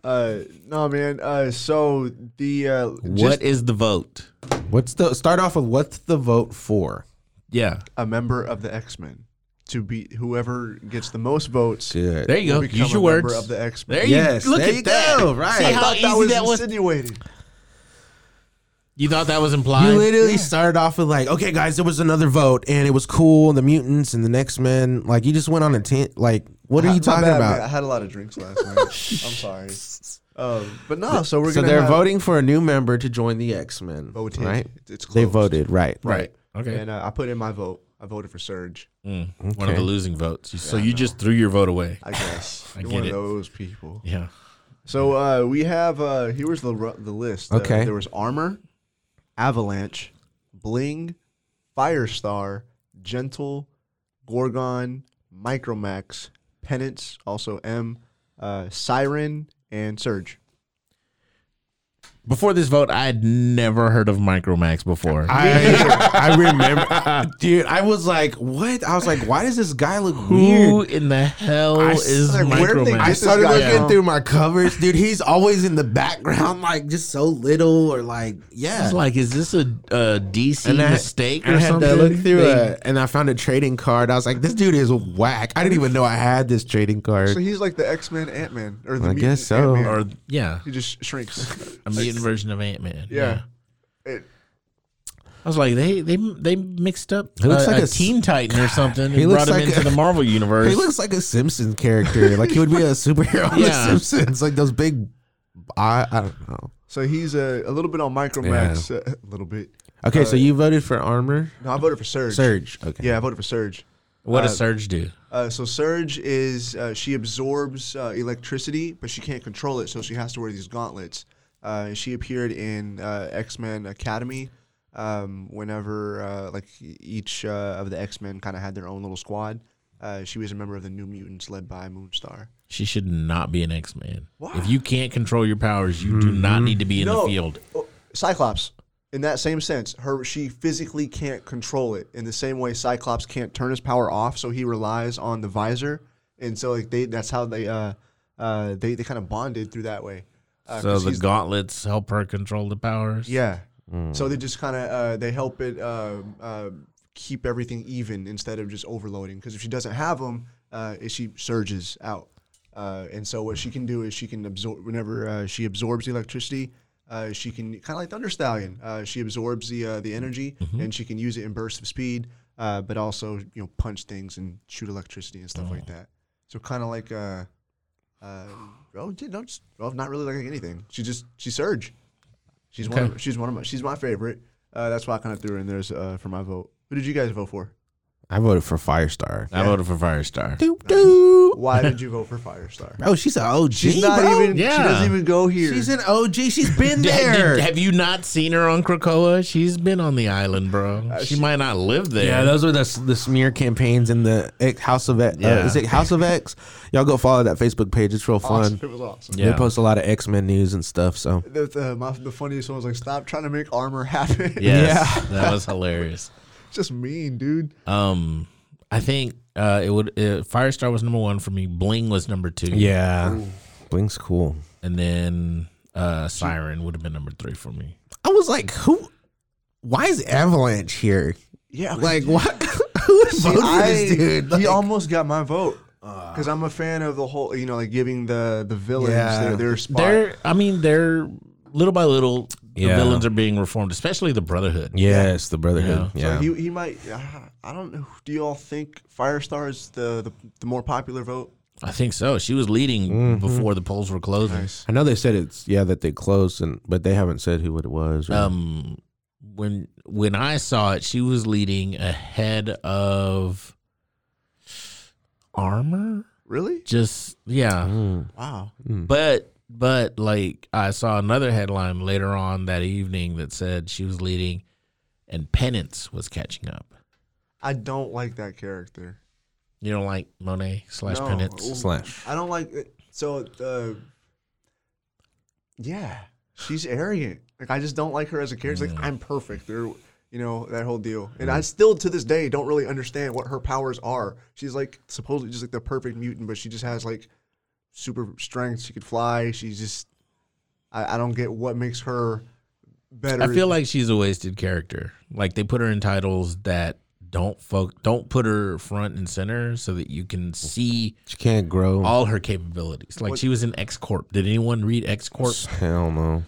[SPEAKER 1] Uh, no, man. Uh, so the uh,
[SPEAKER 2] what is the vote?
[SPEAKER 3] What's the start off with what's the vote for?
[SPEAKER 2] Yeah,
[SPEAKER 1] a member of the X Men to be whoever gets the most votes.
[SPEAKER 3] Good.
[SPEAKER 2] there you go.
[SPEAKER 1] will become
[SPEAKER 2] Use your
[SPEAKER 1] a member
[SPEAKER 2] words.
[SPEAKER 1] Of the X Men.
[SPEAKER 2] there
[SPEAKER 3] Yes,
[SPEAKER 2] you look
[SPEAKER 3] there
[SPEAKER 2] at
[SPEAKER 3] you
[SPEAKER 2] that.
[SPEAKER 3] go, right.
[SPEAKER 2] See
[SPEAKER 3] I
[SPEAKER 2] how
[SPEAKER 1] thought that
[SPEAKER 2] easy
[SPEAKER 1] was
[SPEAKER 2] that was.
[SPEAKER 1] insinuated.
[SPEAKER 2] You thought that was implied.
[SPEAKER 3] You literally started off with like, okay, guys, there was another vote, and it was cool. The mutants and the next men, like you just went on a tent. Like, what are
[SPEAKER 1] Ha-
[SPEAKER 3] you
[SPEAKER 1] my
[SPEAKER 3] talking
[SPEAKER 1] bad,
[SPEAKER 3] about?
[SPEAKER 1] man. I had a lot of drinks last night. I'm sorry. Um, but no, so we're
[SPEAKER 3] so
[SPEAKER 1] gonna
[SPEAKER 3] they're
[SPEAKER 1] have
[SPEAKER 3] voting for a new member to join the X Men.
[SPEAKER 1] voted.
[SPEAKER 3] right?
[SPEAKER 1] It's
[SPEAKER 3] They
[SPEAKER 1] closed.
[SPEAKER 3] voted, right?
[SPEAKER 2] right. Okay.
[SPEAKER 1] And uh, I put in my vote. I voted for Surge.
[SPEAKER 2] Mm, One of
[SPEAKER 3] Okay.
[SPEAKER 2] the losing votes. so you just threw your vote away.
[SPEAKER 1] I guess.
[SPEAKER 2] I
[SPEAKER 1] You're
[SPEAKER 2] get
[SPEAKER 1] one
[SPEAKER 2] it.
[SPEAKER 1] of those people.
[SPEAKER 2] Yeah.
[SPEAKER 1] So uh, we have uh, here was the ru- the list. Uh,
[SPEAKER 3] Okay.
[SPEAKER 1] there was Armor, Avalanche, Bling, Firestar, Gentle, Gorgon, Micromax, Penance, also M, uh, Siren, and Surge.
[SPEAKER 2] Before this vote, I had never heard of Micromax before.
[SPEAKER 3] I I remember, dude. I was like, what? I was like, why does this guy look
[SPEAKER 2] Who
[SPEAKER 3] weird?
[SPEAKER 2] in the hell
[SPEAKER 3] I-
[SPEAKER 2] is
[SPEAKER 1] like, where did they
[SPEAKER 2] Micromax?
[SPEAKER 1] get
[SPEAKER 3] I
[SPEAKER 1] this
[SPEAKER 3] started
[SPEAKER 1] guy
[SPEAKER 3] looking
[SPEAKER 1] from?
[SPEAKER 3] through my covers, dude. He's always in the background, like just so little, or like, yeah.
[SPEAKER 2] I was like, is this a, a DC
[SPEAKER 3] I-
[SPEAKER 2] mistake or
[SPEAKER 3] I had
[SPEAKER 2] something?
[SPEAKER 3] to look through
[SPEAKER 2] They-
[SPEAKER 3] it, and I found a trading card. I was like, "This dude is whack." I didn't even know I had this trading card.
[SPEAKER 1] So he's like the X Men Ant Man, or the
[SPEAKER 3] I
[SPEAKER 1] mutant
[SPEAKER 3] guess so.
[SPEAKER 1] Ant-Man.
[SPEAKER 2] Or yeah,
[SPEAKER 1] he just shrinks.
[SPEAKER 2] a mutant version of Ant Man.
[SPEAKER 1] yeah. It-
[SPEAKER 2] I was like, they they they mixed up.
[SPEAKER 3] He looks
[SPEAKER 2] a,
[SPEAKER 3] like
[SPEAKER 2] a
[SPEAKER 3] a
[SPEAKER 2] Teen Titan or something.
[SPEAKER 3] he
[SPEAKER 2] and
[SPEAKER 3] looks
[SPEAKER 2] brought him
[SPEAKER 3] like
[SPEAKER 2] into
[SPEAKER 3] a-
[SPEAKER 2] the Marvel universe.
[SPEAKER 3] he looks like a Simpson character. like he would be a superhero on
[SPEAKER 2] Yeah.
[SPEAKER 3] The Simpsons, like those big. I, I don't know.
[SPEAKER 1] so he's a, a little bit on Micromax, uh, a little bit.
[SPEAKER 3] Okay, so you voted for armor
[SPEAKER 1] No, I voted for Surge.
[SPEAKER 3] surge. Okay,
[SPEAKER 1] Yeah, I voted for Surge.
[SPEAKER 2] what does Surge do?
[SPEAKER 1] Uh, so Surge is uh, she absorbs uh, electricity, but she can't control it, so she has to wear these gauntlets. Uh, she appeared in uh, X Men Academy um, whenever uh, like e- each uh, of the X Men kind of had their own little squad. Uh, she was a member of the New Mutants led by Moonstar.
[SPEAKER 2] She should not be an X Man. If you can't control your powers, you do not need to be in
[SPEAKER 1] No.
[SPEAKER 2] the field.
[SPEAKER 1] Oh, Cyclops, in that same sense, her she physically can't control it. In the same way, Cyclops can't turn his power off, so he relies on the visor, and so like they that's how they uh uh they, they kind of bonded through that way. Uh,
[SPEAKER 2] So
[SPEAKER 1] 'cause
[SPEAKER 2] the
[SPEAKER 1] he's-
[SPEAKER 2] gauntlets help her control the powers.
[SPEAKER 1] yeah, so they just kind of uh, they help it uh, uh, keep everything even instead of just overloading. Because if she doesn't have them, uh, if she surges out. Uh, and so what she can do is she can absorb whenever uh, she absorbs the electricity. Uh, she can kind of like Thunder Stallion. Uh, she absorbs the uh, the energy and she can use it in bursts of speed, uh, but also you know punch things and shoot electricity and stuff like that. So kind of like uh, uh, oh, yeah, no, just, well, not really like anything. She just she surge. She's one. Of, she's one of my. She's my favorite. Uh, that's why I kind of threw her in there as, uh, for my vote. Who did you guys vote for?
[SPEAKER 3] I voted for Firestar.
[SPEAKER 2] I voted for Firestar.
[SPEAKER 3] Doop, doop.
[SPEAKER 1] Why did you vote for Firestar?
[SPEAKER 3] Bro, Oh, she's an OG.
[SPEAKER 1] She's not
[SPEAKER 3] bro.
[SPEAKER 1] even. She
[SPEAKER 2] Yeah.
[SPEAKER 1] doesn't even go here.
[SPEAKER 3] She's an OG. She's been
[SPEAKER 2] Did- did-
[SPEAKER 3] there.
[SPEAKER 2] have you not seen her on Krakoa? She's been on the island, bro.
[SPEAKER 1] Uh,
[SPEAKER 2] she, might not live there.
[SPEAKER 3] Yeah, those were the, s- the smear campaigns in the X- House of X. Uh,
[SPEAKER 2] Yeah.
[SPEAKER 3] is it House of X? Y'all go follow that Facebook page. It's real fun.
[SPEAKER 1] awesome. It was awesome.
[SPEAKER 2] Yeah.
[SPEAKER 3] They post a lot of X Men news and stuff. So
[SPEAKER 1] The, the, my, the funniest one was like, stop trying to make armor happen.
[SPEAKER 2] Yes, that was hilarious.
[SPEAKER 1] just mean, dude.
[SPEAKER 2] Um, I think uh, it would. Uh, Firestar was number one for me. Bling was number two.
[SPEAKER 3] yeah, Bling's cool.
[SPEAKER 2] and then uh, Siren would have been number three for me.
[SPEAKER 3] I was like, who? Why is Avalanche here?
[SPEAKER 1] Yeah.
[SPEAKER 3] Like, what? who would
[SPEAKER 1] See,
[SPEAKER 3] vote for this
[SPEAKER 1] I-
[SPEAKER 3] dude?
[SPEAKER 1] he
[SPEAKER 3] Like, Uh,
[SPEAKER 1] almost got my vote because I'm a fan of the whole. You know, like giving the the villains
[SPEAKER 3] Yeah.
[SPEAKER 1] their, their spot.
[SPEAKER 2] They're, I mean, they're little by little, the
[SPEAKER 3] Yeah.
[SPEAKER 2] villains are being reformed, especially the Brotherhood.
[SPEAKER 3] yes, the Brotherhood.
[SPEAKER 1] So he, he might. ah, I don't know. Do you all think Firestar is the, the, the more popular vote?
[SPEAKER 2] I think so. She was leading before the polls were closing.
[SPEAKER 3] I know they said it's yeah that they closed and but they haven't said who it was. or-
[SPEAKER 2] Um, when when I saw it, she was leading ahead of Armor.
[SPEAKER 1] Really?
[SPEAKER 2] Just yeah.
[SPEAKER 3] Mm.
[SPEAKER 1] Wow.
[SPEAKER 2] But but like I saw another headline later on that evening that said she was leading and Penance was catching up.
[SPEAKER 1] I don't like that character.
[SPEAKER 2] You don't like Monet slash
[SPEAKER 1] No.
[SPEAKER 2] Penance?
[SPEAKER 3] slash.
[SPEAKER 1] I don't like it. So, uh, yeah, she's arrogant. Like, I just don't like her as a character. Like, I'm perfect. Or, you know, that whole deal. And I still, to this day, don't really understand what her powers are. She's like supposedly just like the perfect mutant, but she just has like super strength. She could fly. She's just. I, I don't get what makes her better.
[SPEAKER 2] I feel like she's a wasted character. Like they put her in titles that don't folk don't put her front and center so that you can see
[SPEAKER 3] She can't grow.
[SPEAKER 2] all her capabilities. Like
[SPEAKER 1] What-
[SPEAKER 2] she was in X Corp. Did anyone read X Corp?
[SPEAKER 3] Hell no.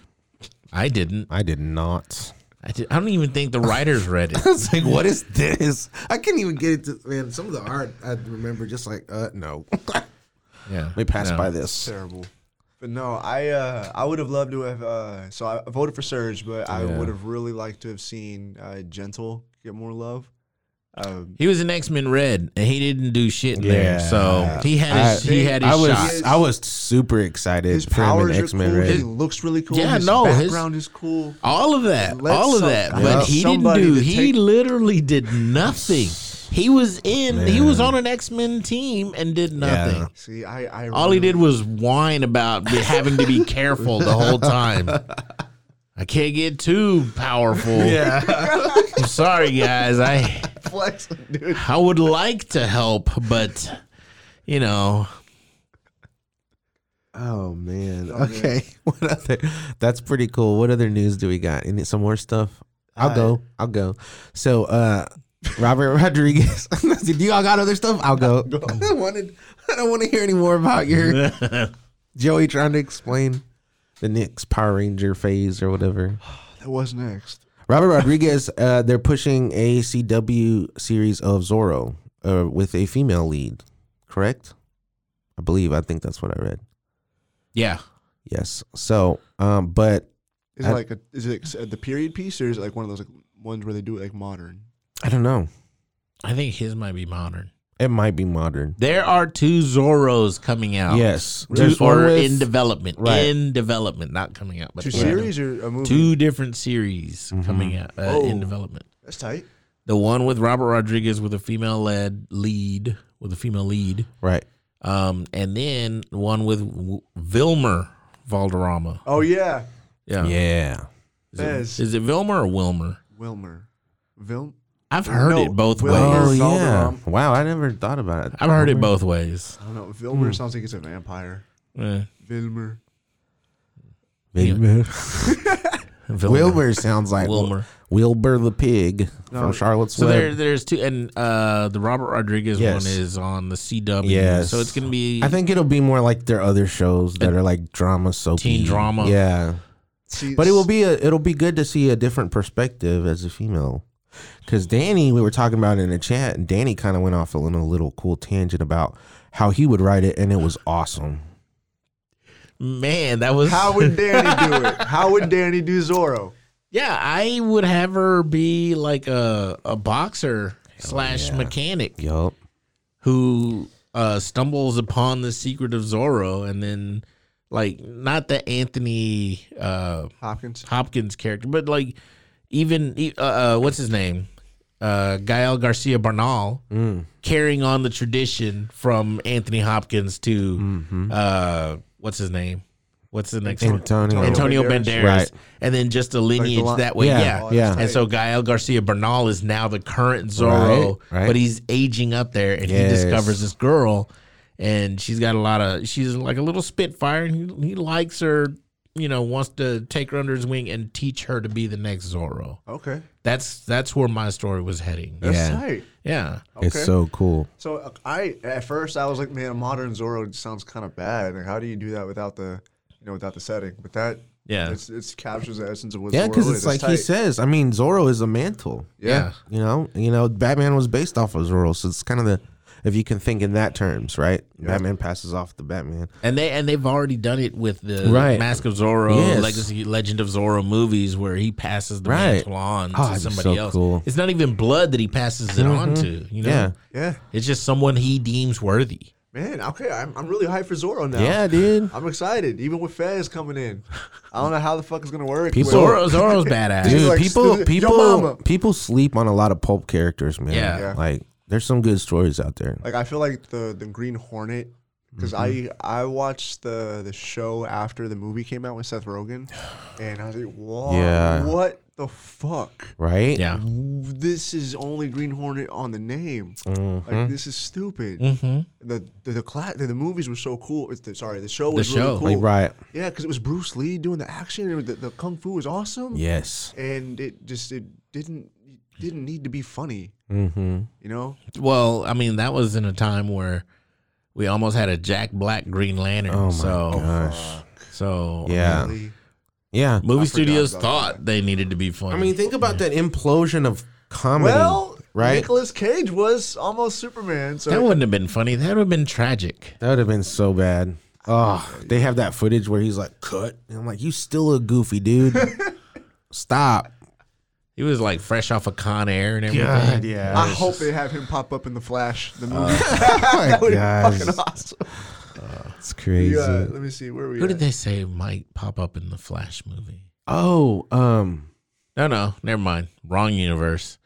[SPEAKER 2] I didn't.
[SPEAKER 3] I did not.
[SPEAKER 2] I, did, I don't even think the writers read it.
[SPEAKER 3] It's like, what is this? I couldn't even get it to, man, some of the art I remember just like, uh, no. Let
[SPEAKER 2] Yeah,
[SPEAKER 3] me pass
[SPEAKER 2] No.
[SPEAKER 3] by this.
[SPEAKER 1] terrible. But no, I uh, I would have loved to have. Uh, so I voted for Surge, but I
[SPEAKER 3] Yeah.
[SPEAKER 1] would have really liked to have seen uh, Gentle get more love. Um,
[SPEAKER 2] He was in X Men Red, and he didn't do shit
[SPEAKER 3] Yeah.
[SPEAKER 2] there. So he had his,
[SPEAKER 1] I-
[SPEAKER 2] he had his
[SPEAKER 3] I was
[SPEAKER 2] shot.
[SPEAKER 3] I was super excited
[SPEAKER 1] his
[SPEAKER 3] for him in
[SPEAKER 1] powers are
[SPEAKER 3] X
[SPEAKER 1] cool.
[SPEAKER 3] Men
[SPEAKER 1] He
[SPEAKER 3] Red.
[SPEAKER 1] looks really cool.
[SPEAKER 2] Yeah,
[SPEAKER 1] his
[SPEAKER 2] no, his-
[SPEAKER 1] background is cool.
[SPEAKER 2] All of that,
[SPEAKER 1] Let
[SPEAKER 2] all of
[SPEAKER 1] some-
[SPEAKER 2] that,
[SPEAKER 1] let
[SPEAKER 2] but he didn't
[SPEAKER 1] somebody
[SPEAKER 2] do.
[SPEAKER 1] to
[SPEAKER 2] He
[SPEAKER 1] take-
[SPEAKER 2] literally did nothing. He was in. He was
[SPEAKER 3] Man.
[SPEAKER 2] on an X Men team and did nothing.
[SPEAKER 3] Yeah.
[SPEAKER 1] See, I, I
[SPEAKER 2] All he
[SPEAKER 1] really-
[SPEAKER 2] did was whine about be- having to be careful the whole time. I can't get too powerful.
[SPEAKER 3] Yeah.
[SPEAKER 2] I'm sorry, guys. I
[SPEAKER 1] flex, dude.
[SPEAKER 2] I would like to help, but you know,
[SPEAKER 3] oh man. Okay. What other? That's pretty cool. What other news do we got? Any some more stuff? I'll go. I'll go. So, uh, Robert Rodriguez. do y'all got other stuff? I'll go. I don't want to. I don't want to hear any more about your Joey trying to explain the Knicks Power Ranger phase or whatever.
[SPEAKER 1] That was next.
[SPEAKER 3] Robert Rodriguez, uh, they're pushing a CW series of Zorro uh, with a female lead, correct? I believe. I think that's what I read.
[SPEAKER 2] yeah.
[SPEAKER 3] Yes. So, um, but
[SPEAKER 1] Is
[SPEAKER 3] I-
[SPEAKER 1] it like a, is it uh, the period piece or is it like one of those like ones where they do it like modern?
[SPEAKER 3] I don't know.
[SPEAKER 2] I think his might be modern.
[SPEAKER 3] It might be modern.
[SPEAKER 2] There are two Zorros coming out.
[SPEAKER 3] Yes.
[SPEAKER 2] Two,
[SPEAKER 3] There's one
[SPEAKER 2] or
[SPEAKER 3] with-
[SPEAKER 2] in development.
[SPEAKER 3] Right.
[SPEAKER 2] In development, not coming out, but
[SPEAKER 1] Two
[SPEAKER 2] in development.
[SPEAKER 1] series Mm-hmm. Oh. or a movie?
[SPEAKER 2] two different series coming out uh, in
[SPEAKER 1] Whoa.
[SPEAKER 2] development.
[SPEAKER 1] That's tight.
[SPEAKER 2] The one with Robert Rodriguez with a female led lead with a female lead,
[SPEAKER 3] right.
[SPEAKER 2] um, and then one with w- Vilmer Valderrama.
[SPEAKER 1] Oh yeah,
[SPEAKER 2] Yeah,
[SPEAKER 3] Yeah.
[SPEAKER 1] Fez.
[SPEAKER 2] Is, it, is it Vilmer or Wilmer?
[SPEAKER 1] Wilmer, Vil.
[SPEAKER 2] I've heard
[SPEAKER 1] No,
[SPEAKER 2] it both
[SPEAKER 1] Wilmer.
[SPEAKER 3] Oh
[SPEAKER 2] ways.
[SPEAKER 3] yeah.
[SPEAKER 1] Valderrama.
[SPEAKER 3] Wow. I never thought about it.
[SPEAKER 2] I've heard it both ways.
[SPEAKER 1] I don't know.
[SPEAKER 2] Hmm.
[SPEAKER 1] Vilmer sounds like it's a vampire.
[SPEAKER 2] Eh,
[SPEAKER 1] Vilmer.
[SPEAKER 3] Wilmer.
[SPEAKER 2] Vilmer.
[SPEAKER 3] Wilbur sounds like
[SPEAKER 2] Wilmer.
[SPEAKER 3] Wilbur the pig
[SPEAKER 1] No.
[SPEAKER 3] from Charlotte's
[SPEAKER 2] So there,
[SPEAKER 3] Web.
[SPEAKER 2] there's two, and uh, the Robert Rodriguez
[SPEAKER 3] Yes.
[SPEAKER 2] one is on the CW.
[SPEAKER 3] Yes.
[SPEAKER 2] So it's gonna be.
[SPEAKER 3] I think it'll be more like their other shows that are like drama soapy.
[SPEAKER 2] Teen drama.
[SPEAKER 3] Yeah.
[SPEAKER 1] See,
[SPEAKER 3] But it will be a, it'll be good to see a different perspective as a female. Cuz Danny we were talking about it in the chat and Danny kind of went off on a little cool tangent about how he would write it and it was awesome.
[SPEAKER 2] man, that was
[SPEAKER 1] How would Danny do it? How would Danny do Zorro?
[SPEAKER 2] Yeah, I would have her be like a a boxer slash mechanic
[SPEAKER 3] Yup.
[SPEAKER 2] who uh, stumbles upon the secret of Zorro, and then like not the Anthony uh,
[SPEAKER 1] Hopkins.
[SPEAKER 2] Hopkins character, but like even e- uh, uh, what's his name, uh, Gael Garcia Bernal, carrying on the tradition from Anthony Hopkins to uh, what's his name, what's the next one?
[SPEAKER 3] Antonio.
[SPEAKER 2] Antonio
[SPEAKER 1] Banderas.
[SPEAKER 2] Banderas,
[SPEAKER 3] Right.
[SPEAKER 2] and then just a lineage
[SPEAKER 1] line-
[SPEAKER 2] that way.
[SPEAKER 3] Yeah,
[SPEAKER 2] Yeah,
[SPEAKER 3] yeah.
[SPEAKER 2] And so Gael Garcia Bernal is now the current Zorro,
[SPEAKER 3] Right, right.
[SPEAKER 2] but he's aging up there, and
[SPEAKER 3] Yes.
[SPEAKER 2] he discovers this girl, and she's got a lot of. She's like a little spitfire, and he, he likes her. You know, wants to take her under his wing and teach her to be the next Zorro.
[SPEAKER 1] Okay,
[SPEAKER 2] That's that's where my story was heading.
[SPEAKER 1] that's
[SPEAKER 3] Yeah.
[SPEAKER 1] tight.
[SPEAKER 2] Yeah,
[SPEAKER 1] Okay.
[SPEAKER 3] It's so cool.
[SPEAKER 1] So uh, I at first I was like, man, modern Zorro sounds kind of bad. Like, how do you do that without the, you know, without the setting? But that,
[SPEAKER 2] yeah,
[SPEAKER 1] it's, it's captures the essence of what.
[SPEAKER 3] Yeah,
[SPEAKER 1] Zorro
[SPEAKER 3] cuz
[SPEAKER 1] is.
[SPEAKER 3] it's like he
[SPEAKER 1] tight.
[SPEAKER 3] says, I mean Zorro is a mantle.
[SPEAKER 1] Yeah.
[SPEAKER 3] You know, you know, Batman was based off of Zorro, so it's kind of the if you can think in that terms, right? Batman passes off the Batman.
[SPEAKER 2] and they and they've already done it with the
[SPEAKER 3] Right.
[SPEAKER 2] Mask of Zorro,
[SPEAKER 3] Yes.
[SPEAKER 2] Legacy Legend of Zorro movies, where he passes the
[SPEAKER 3] Right.
[SPEAKER 2] mantle on
[SPEAKER 3] Oh,
[SPEAKER 2] to
[SPEAKER 3] that'd be
[SPEAKER 2] somebody
[SPEAKER 3] so
[SPEAKER 2] else.
[SPEAKER 3] cool. Mm-hmm.
[SPEAKER 2] It's not even blood that he passes it on to. You know,
[SPEAKER 3] Yeah.
[SPEAKER 1] Yeah,
[SPEAKER 2] it's just someone he deems worthy.
[SPEAKER 1] man. Okay, I'm, I'm really hyped for Zorro now.
[SPEAKER 3] Yeah, dude.
[SPEAKER 1] I'm excited. Even with Fez coming in, I don't know how the fuck it's gonna work.
[SPEAKER 3] People-
[SPEAKER 1] but-
[SPEAKER 2] Zorro, Zorro's badass.
[SPEAKER 3] Dude,
[SPEAKER 1] He's like,
[SPEAKER 3] people,
[SPEAKER 1] "Yo,
[SPEAKER 3] people,
[SPEAKER 1] mama."
[SPEAKER 3] people sleep on a lot of pulp characters, man.
[SPEAKER 2] Yeah.
[SPEAKER 1] Yeah.
[SPEAKER 3] like there's some good stories out there.
[SPEAKER 1] Like I feel like the the Green Hornet because
[SPEAKER 3] Mm-hmm.
[SPEAKER 1] I I watched the the show after the movie came out with Seth Rogen, and I was like, whoa,
[SPEAKER 3] Yeah.
[SPEAKER 1] what the fuck?
[SPEAKER 3] right?
[SPEAKER 2] Yeah.
[SPEAKER 1] This is only Green Hornet on the name. Like
[SPEAKER 3] Mhm.
[SPEAKER 1] this is stupid.
[SPEAKER 2] Mm-hmm.
[SPEAKER 1] The the the, cla- the the movies were so cool. It's the, sorry, the show
[SPEAKER 2] The
[SPEAKER 1] was
[SPEAKER 2] show.
[SPEAKER 1] really cool.
[SPEAKER 3] Like, right.
[SPEAKER 1] Yeah, because it was Bruce Lee doing the action. And the, the kung fu was awesome.
[SPEAKER 3] Yes.
[SPEAKER 1] and it just it didn't it didn't need to be funny.
[SPEAKER 3] Mm-hmm.
[SPEAKER 1] You know,
[SPEAKER 2] Well, I mean, that was in a time where we almost had a Jack Black Green Lantern.
[SPEAKER 3] Oh my
[SPEAKER 2] so,
[SPEAKER 3] gosh.
[SPEAKER 2] so I
[SPEAKER 3] Yeah.
[SPEAKER 2] mean,
[SPEAKER 1] Really,
[SPEAKER 3] Yeah.
[SPEAKER 2] movie
[SPEAKER 1] I forgot
[SPEAKER 2] studios
[SPEAKER 1] about
[SPEAKER 2] thought
[SPEAKER 1] that.
[SPEAKER 2] they needed to be funny.
[SPEAKER 3] I mean, think about that implosion of comedy.
[SPEAKER 1] well,
[SPEAKER 3] right?
[SPEAKER 1] Nicholas Cage was almost Superman, so
[SPEAKER 2] that wouldn't have been funny. That would have been tragic.
[SPEAKER 3] That would have been so bad. Oh, they have that footage where he's like, cut. And I'm like, you still a goofy dude. Stop.
[SPEAKER 2] He was like fresh off of Con Air and everything.
[SPEAKER 3] yeah.
[SPEAKER 1] I hope they have him pop up in the Flash.
[SPEAKER 2] Oh,
[SPEAKER 1] The movie
[SPEAKER 3] that
[SPEAKER 1] would be fucking awesome.
[SPEAKER 3] It's crazy.
[SPEAKER 1] Yeah, let me see where are we.
[SPEAKER 2] Who did
[SPEAKER 1] at?
[SPEAKER 2] they say might pop up in the Flash movie?
[SPEAKER 3] Oh, um,
[SPEAKER 2] No, no, never mind. Wrong universe.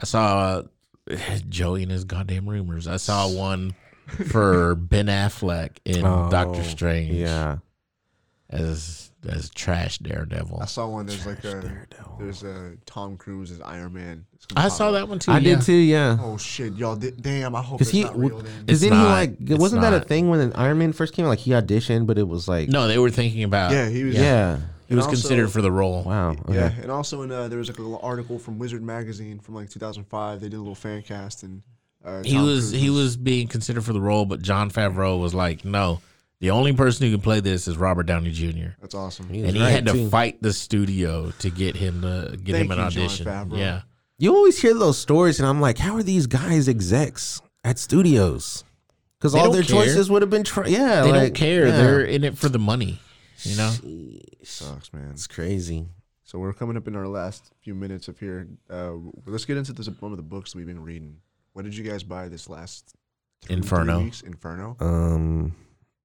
[SPEAKER 2] I saw uh, Joey and his goddamn rumors. I saw one for Ben Affleck in
[SPEAKER 3] oh,
[SPEAKER 2] Doctor Strange
[SPEAKER 3] Yeah.
[SPEAKER 2] as as trash Daredevil.
[SPEAKER 1] I saw one. There's like a
[SPEAKER 3] Daredevil.
[SPEAKER 1] there's a Tom Cruise as Iron Man. It's gonna
[SPEAKER 2] I
[SPEAKER 1] pop
[SPEAKER 2] saw
[SPEAKER 1] up.
[SPEAKER 2] that one too.
[SPEAKER 3] I
[SPEAKER 2] yeah.
[SPEAKER 3] did too, yeah.
[SPEAKER 1] Oh shit, y'all! Did, damn, I hope
[SPEAKER 3] Because
[SPEAKER 1] it's
[SPEAKER 3] he,
[SPEAKER 1] not real. Then.
[SPEAKER 3] because then
[SPEAKER 2] It's
[SPEAKER 3] he
[SPEAKER 2] not.
[SPEAKER 3] like,
[SPEAKER 2] It's
[SPEAKER 3] wasn't that a
[SPEAKER 2] not.
[SPEAKER 3] thing when an Iron Man first came? out? Like he auditioned, but it was like,
[SPEAKER 2] No, they were thinking about.
[SPEAKER 1] Yeah, he was.
[SPEAKER 3] yeah,
[SPEAKER 2] he was
[SPEAKER 1] And also-
[SPEAKER 2] considered for the role.
[SPEAKER 3] wow, okay.
[SPEAKER 1] Yeah, and also in uh, there was like a little article from Wizard magazine from like 2005. They did a little fan cast, and uh,
[SPEAKER 2] He
[SPEAKER 1] Tom
[SPEAKER 2] was
[SPEAKER 1] Cruise
[SPEAKER 2] he was being considered for the role, but John Favreau was like, "No, the only person who can play this is Robert Downey Jr."
[SPEAKER 1] That's awesome.
[SPEAKER 3] He was
[SPEAKER 2] And he
[SPEAKER 3] right,
[SPEAKER 2] had to
[SPEAKER 3] too.
[SPEAKER 2] fight the studio to get him to get
[SPEAKER 1] Thank
[SPEAKER 2] him an
[SPEAKER 1] you, Jon
[SPEAKER 2] audition.
[SPEAKER 1] Favreau.
[SPEAKER 2] Yeah,
[SPEAKER 3] You always hear those stories, and I'm like, how are these guys execs at studios? Because
[SPEAKER 2] They
[SPEAKER 3] all
[SPEAKER 2] don't
[SPEAKER 3] their
[SPEAKER 2] care.
[SPEAKER 3] choices would have been, tra- yeah,
[SPEAKER 2] they
[SPEAKER 3] like,
[SPEAKER 2] don't care.
[SPEAKER 3] yeah.
[SPEAKER 2] They're in it for the money. You know,
[SPEAKER 1] Sucks, man.
[SPEAKER 3] It's crazy.
[SPEAKER 1] So we're coming up in our last few minutes of here. Uh, w- let's get into this one of the books we've been reading. What did you guys buy this last two, three
[SPEAKER 2] Inferno.
[SPEAKER 1] weeks? Inferno.
[SPEAKER 3] Um,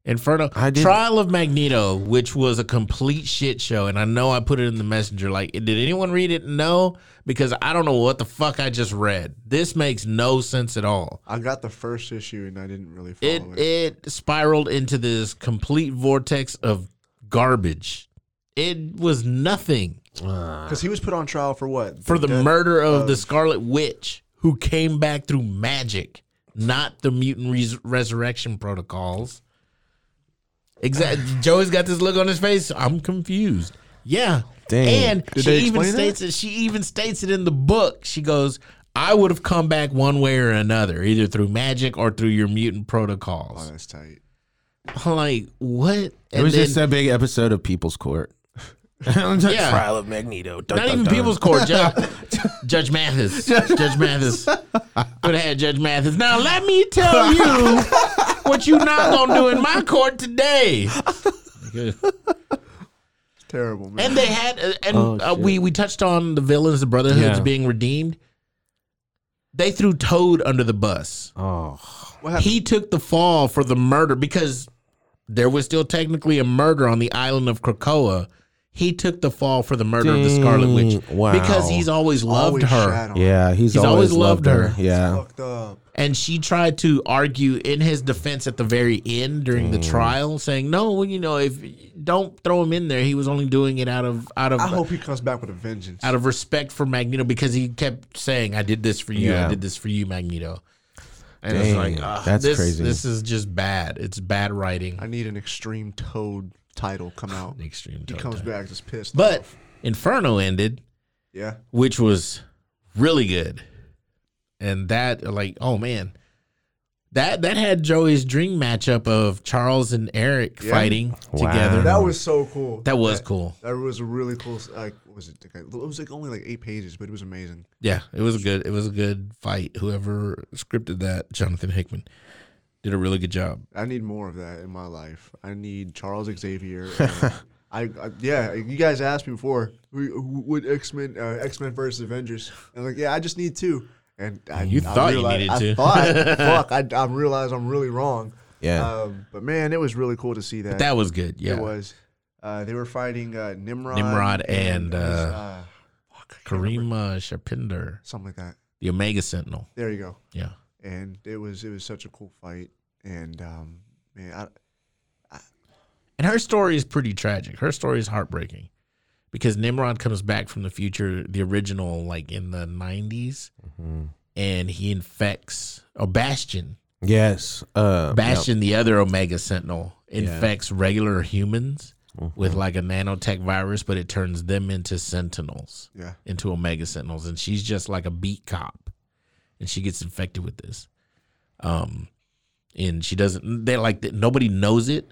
[SPEAKER 2] Inferno
[SPEAKER 3] I did-
[SPEAKER 2] Trial of Magneto, which was a complete shit show, and I know I put it in the messenger. Like, did anyone read it? No, because I don't know what the fuck I just read. This makes no sense at all.
[SPEAKER 1] I got the first issue and I didn't really
[SPEAKER 2] it
[SPEAKER 1] follow it.
[SPEAKER 2] it spiraled into this complete vortex of garbage. It was nothing
[SPEAKER 1] Because he was put on trial for what? Oh,
[SPEAKER 2] for the
[SPEAKER 1] death-
[SPEAKER 2] murder of the Scarlet Witch, who came back through magic, not the mutant res- resurrection protocols. Exactly. Joey's got this look on his face. I'm confused. Yeah.
[SPEAKER 3] Dang.
[SPEAKER 2] And
[SPEAKER 1] Did
[SPEAKER 2] she
[SPEAKER 1] they
[SPEAKER 2] even
[SPEAKER 1] explain
[SPEAKER 2] states it. She even states it in the book. She goes, "I would have come back one way or another, either through magic or through your mutant protocols."
[SPEAKER 1] Oh, that's tight.
[SPEAKER 2] I'm like, what? And
[SPEAKER 3] it was
[SPEAKER 2] then-
[SPEAKER 3] just that big episode of People's Court. yeah.
[SPEAKER 2] Trial
[SPEAKER 3] of Magneto.
[SPEAKER 2] not even People's Court, Judge, Judge Mathis. Judge Mathis. Would have had Judge Mathis. Now, let me tell you what you not going to do in my court today.
[SPEAKER 1] It's terrible, man.
[SPEAKER 2] And they had, uh, and
[SPEAKER 3] Oh,
[SPEAKER 2] uh, we, we touched on the villains, the Brotherhoods
[SPEAKER 3] Yeah.
[SPEAKER 2] being redeemed. They threw Toad under the bus.
[SPEAKER 3] Oh,
[SPEAKER 1] what happened?
[SPEAKER 2] He took the fall for the murder because there was still technically a murder on the island of Krakoa. He took the fall for the murder of the Scarlet
[SPEAKER 3] Dang,
[SPEAKER 2] Witch
[SPEAKER 3] wow.
[SPEAKER 2] because he's always
[SPEAKER 1] Always
[SPEAKER 2] loved her.
[SPEAKER 1] shat on him.
[SPEAKER 3] yeah. He's, always, loved, her. Yeah.
[SPEAKER 1] Fucked up.
[SPEAKER 2] And she tried to argue in his defense at the very end during
[SPEAKER 3] Mm.
[SPEAKER 2] the trial, saying, "No, well, you know, if don't throw him in there, he was only doing it out of out of
[SPEAKER 1] I hope he comes back with a vengeance.
[SPEAKER 2] out of respect for Magneto because he kept saying, "I did this for you. I
[SPEAKER 3] Yeah.
[SPEAKER 2] did this for you, Magneto." And
[SPEAKER 3] Dang,
[SPEAKER 2] it's like, ugh,
[SPEAKER 3] that's
[SPEAKER 2] this,
[SPEAKER 3] crazy.
[SPEAKER 2] This is just bad. It's bad writing.
[SPEAKER 1] I need an extreme toad title come out.
[SPEAKER 2] Extreme.
[SPEAKER 1] He
[SPEAKER 2] toe
[SPEAKER 1] comes
[SPEAKER 2] tag.
[SPEAKER 1] back just pissed.
[SPEAKER 2] But
[SPEAKER 1] off.
[SPEAKER 2] Inferno ended,
[SPEAKER 1] yeah,
[SPEAKER 2] which was really good. And that like, oh man. That that had Joey's dream matchup of Charles and Eric
[SPEAKER 1] Yeah.
[SPEAKER 2] fighting
[SPEAKER 3] Wow.
[SPEAKER 2] together.
[SPEAKER 1] that was so cool.
[SPEAKER 2] That was cool.
[SPEAKER 1] That was a really cool. s- Like, what was it? It was like only like eight pages, but it was amazing.
[SPEAKER 2] Yeah, it was a good it was a good fight. Whoever scripted that, Jonathan Hickman, did a really good job.
[SPEAKER 1] I need more of that in my life. I need Charles Xavier. and I, I yeah, you guys asked me before. who- who Would X Men uh, X Men versus Avengers? And I'm like, yeah, I just need two. And I, I
[SPEAKER 2] You thought you
[SPEAKER 1] realized,
[SPEAKER 2] needed
[SPEAKER 1] I
[SPEAKER 2] two.
[SPEAKER 1] Thought, fuck, I, I realized I'm really wrong.
[SPEAKER 3] Yeah.
[SPEAKER 1] Um, but man, it was really cool to see that.
[SPEAKER 2] That was good. Yeah.
[SPEAKER 1] it was. Uh, they were fighting uh, Nimrod,
[SPEAKER 2] Nimrod and,
[SPEAKER 1] it was,
[SPEAKER 2] uh,
[SPEAKER 1] fuck, I can't remember.
[SPEAKER 2] Karima uh, Shapinder,
[SPEAKER 1] something like that.
[SPEAKER 2] the Omega Sentinel.
[SPEAKER 1] There you go.
[SPEAKER 2] Yeah.
[SPEAKER 1] And it was it was such a cool fight. And um, man, I,
[SPEAKER 2] And her story is pretty tragic. Her story is heartbreaking because Nimrod comes back from the future, the original, like in the 90s, and he infects oh, Bastion.
[SPEAKER 3] Yes. Uh,
[SPEAKER 2] Bastion, the other Omega Sentinel, infects regular humans with like a nanotech virus, but it turns them into Sentinels,
[SPEAKER 1] Yeah.
[SPEAKER 2] into Omega Sentinels. And she's just like a beat cop, and she gets infected with this. Um, and she doesn't, they like, nobody knows it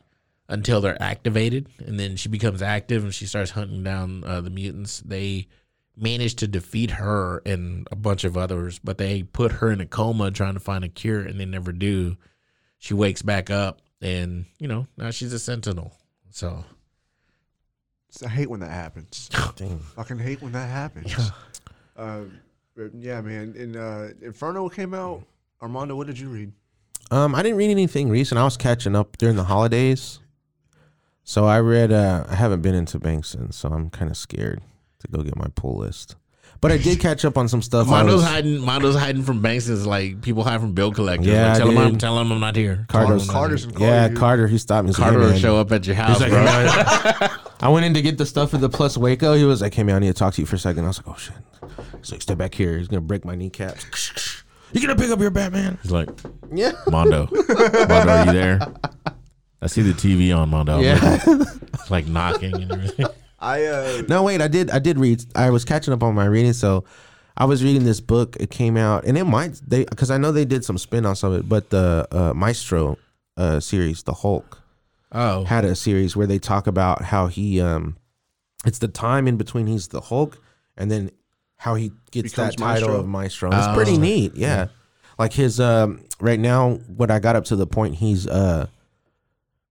[SPEAKER 2] until they're activated. And then she becomes active and she starts hunting down uh, the mutants. They manage to defeat her and a bunch of others, but they put her in a coma trying to find a cure, and they never do she wakes back up and you know now she's a sentinel so
[SPEAKER 1] I hate when that happens.
[SPEAKER 3] Dang.
[SPEAKER 1] Fucking hate when that happens. Uh, but yeah, man. And uh, Inferno came out. Armando, what did you read?
[SPEAKER 3] Um, I didn't read anything recent. I was catching up during the holidays. So I read uh I haven't been into Bankston, so I'm kind of scared to go get my pull list. But I did catch up on some stuff. I
[SPEAKER 2] Mondo's
[SPEAKER 3] was-
[SPEAKER 2] hiding Mondo's hiding from banks is like people hide from bill collectors
[SPEAKER 3] Yeah,
[SPEAKER 2] Like, tell him
[SPEAKER 3] dude.
[SPEAKER 2] I'm tell him I'm not here
[SPEAKER 3] Carter's-
[SPEAKER 2] Tell him I'm not
[SPEAKER 1] Carter's
[SPEAKER 2] here.
[SPEAKER 1] and Carter.
[SPEAKER 3] yeah,
[SPEAKER 1] dude.
[SPEAKER 3] Carter, he stopped me. He's like,
[SPEAKER 2] Carter
[SPEAKER 3] "Hey,
[SPEAKER 2] will
[SPEAKER 3] man."
[SPEAKER 2] show up at your house
[SPEAKER 3] He's like,
[SPEAKER 2] bro.
[SPEAKER 3] I went in to get the stuff at the Plus Waco. He was like, "Hey man, I need to talk to you for a second. I was like, "Oh shit!" He's like, "Step back here. He's gonna break my kneecaps." You're gonna pick up your Batman.
[SPEAKER 2] he's like
[SPEAKER 3] Yeah.
[SPEAKER 2] Mondo Mondo are you there I see the TV on Mondo
[SPEAKER 3] Yeah.
[SPEAKER 2] It's like knocking and everything
[SPEAKER 1] I uh,
[SPEAKER 3] No, wait, I did I did read I was catching up on my reading, so I was reading this book. It came out and it might they cuz I know they did some spin-offs of it, but the uh, Maestro uh, series, The Hulk,
[SPEAKER 2] oh
[SPEAKER 3] had a series where they talk about how he um it's the time in between he's the Hulk and then how he gets
[SPEAKER 1] Becomes
[SPEAKER 3] that title
[SPEAKER 1] Maestro.
[SPEAKER 3] of Maestro. It's pretty
[SPEAKER 2] Oh.
[SPEAKER 3] neat. Yeah. Like his um right now what I got up to the point he's uh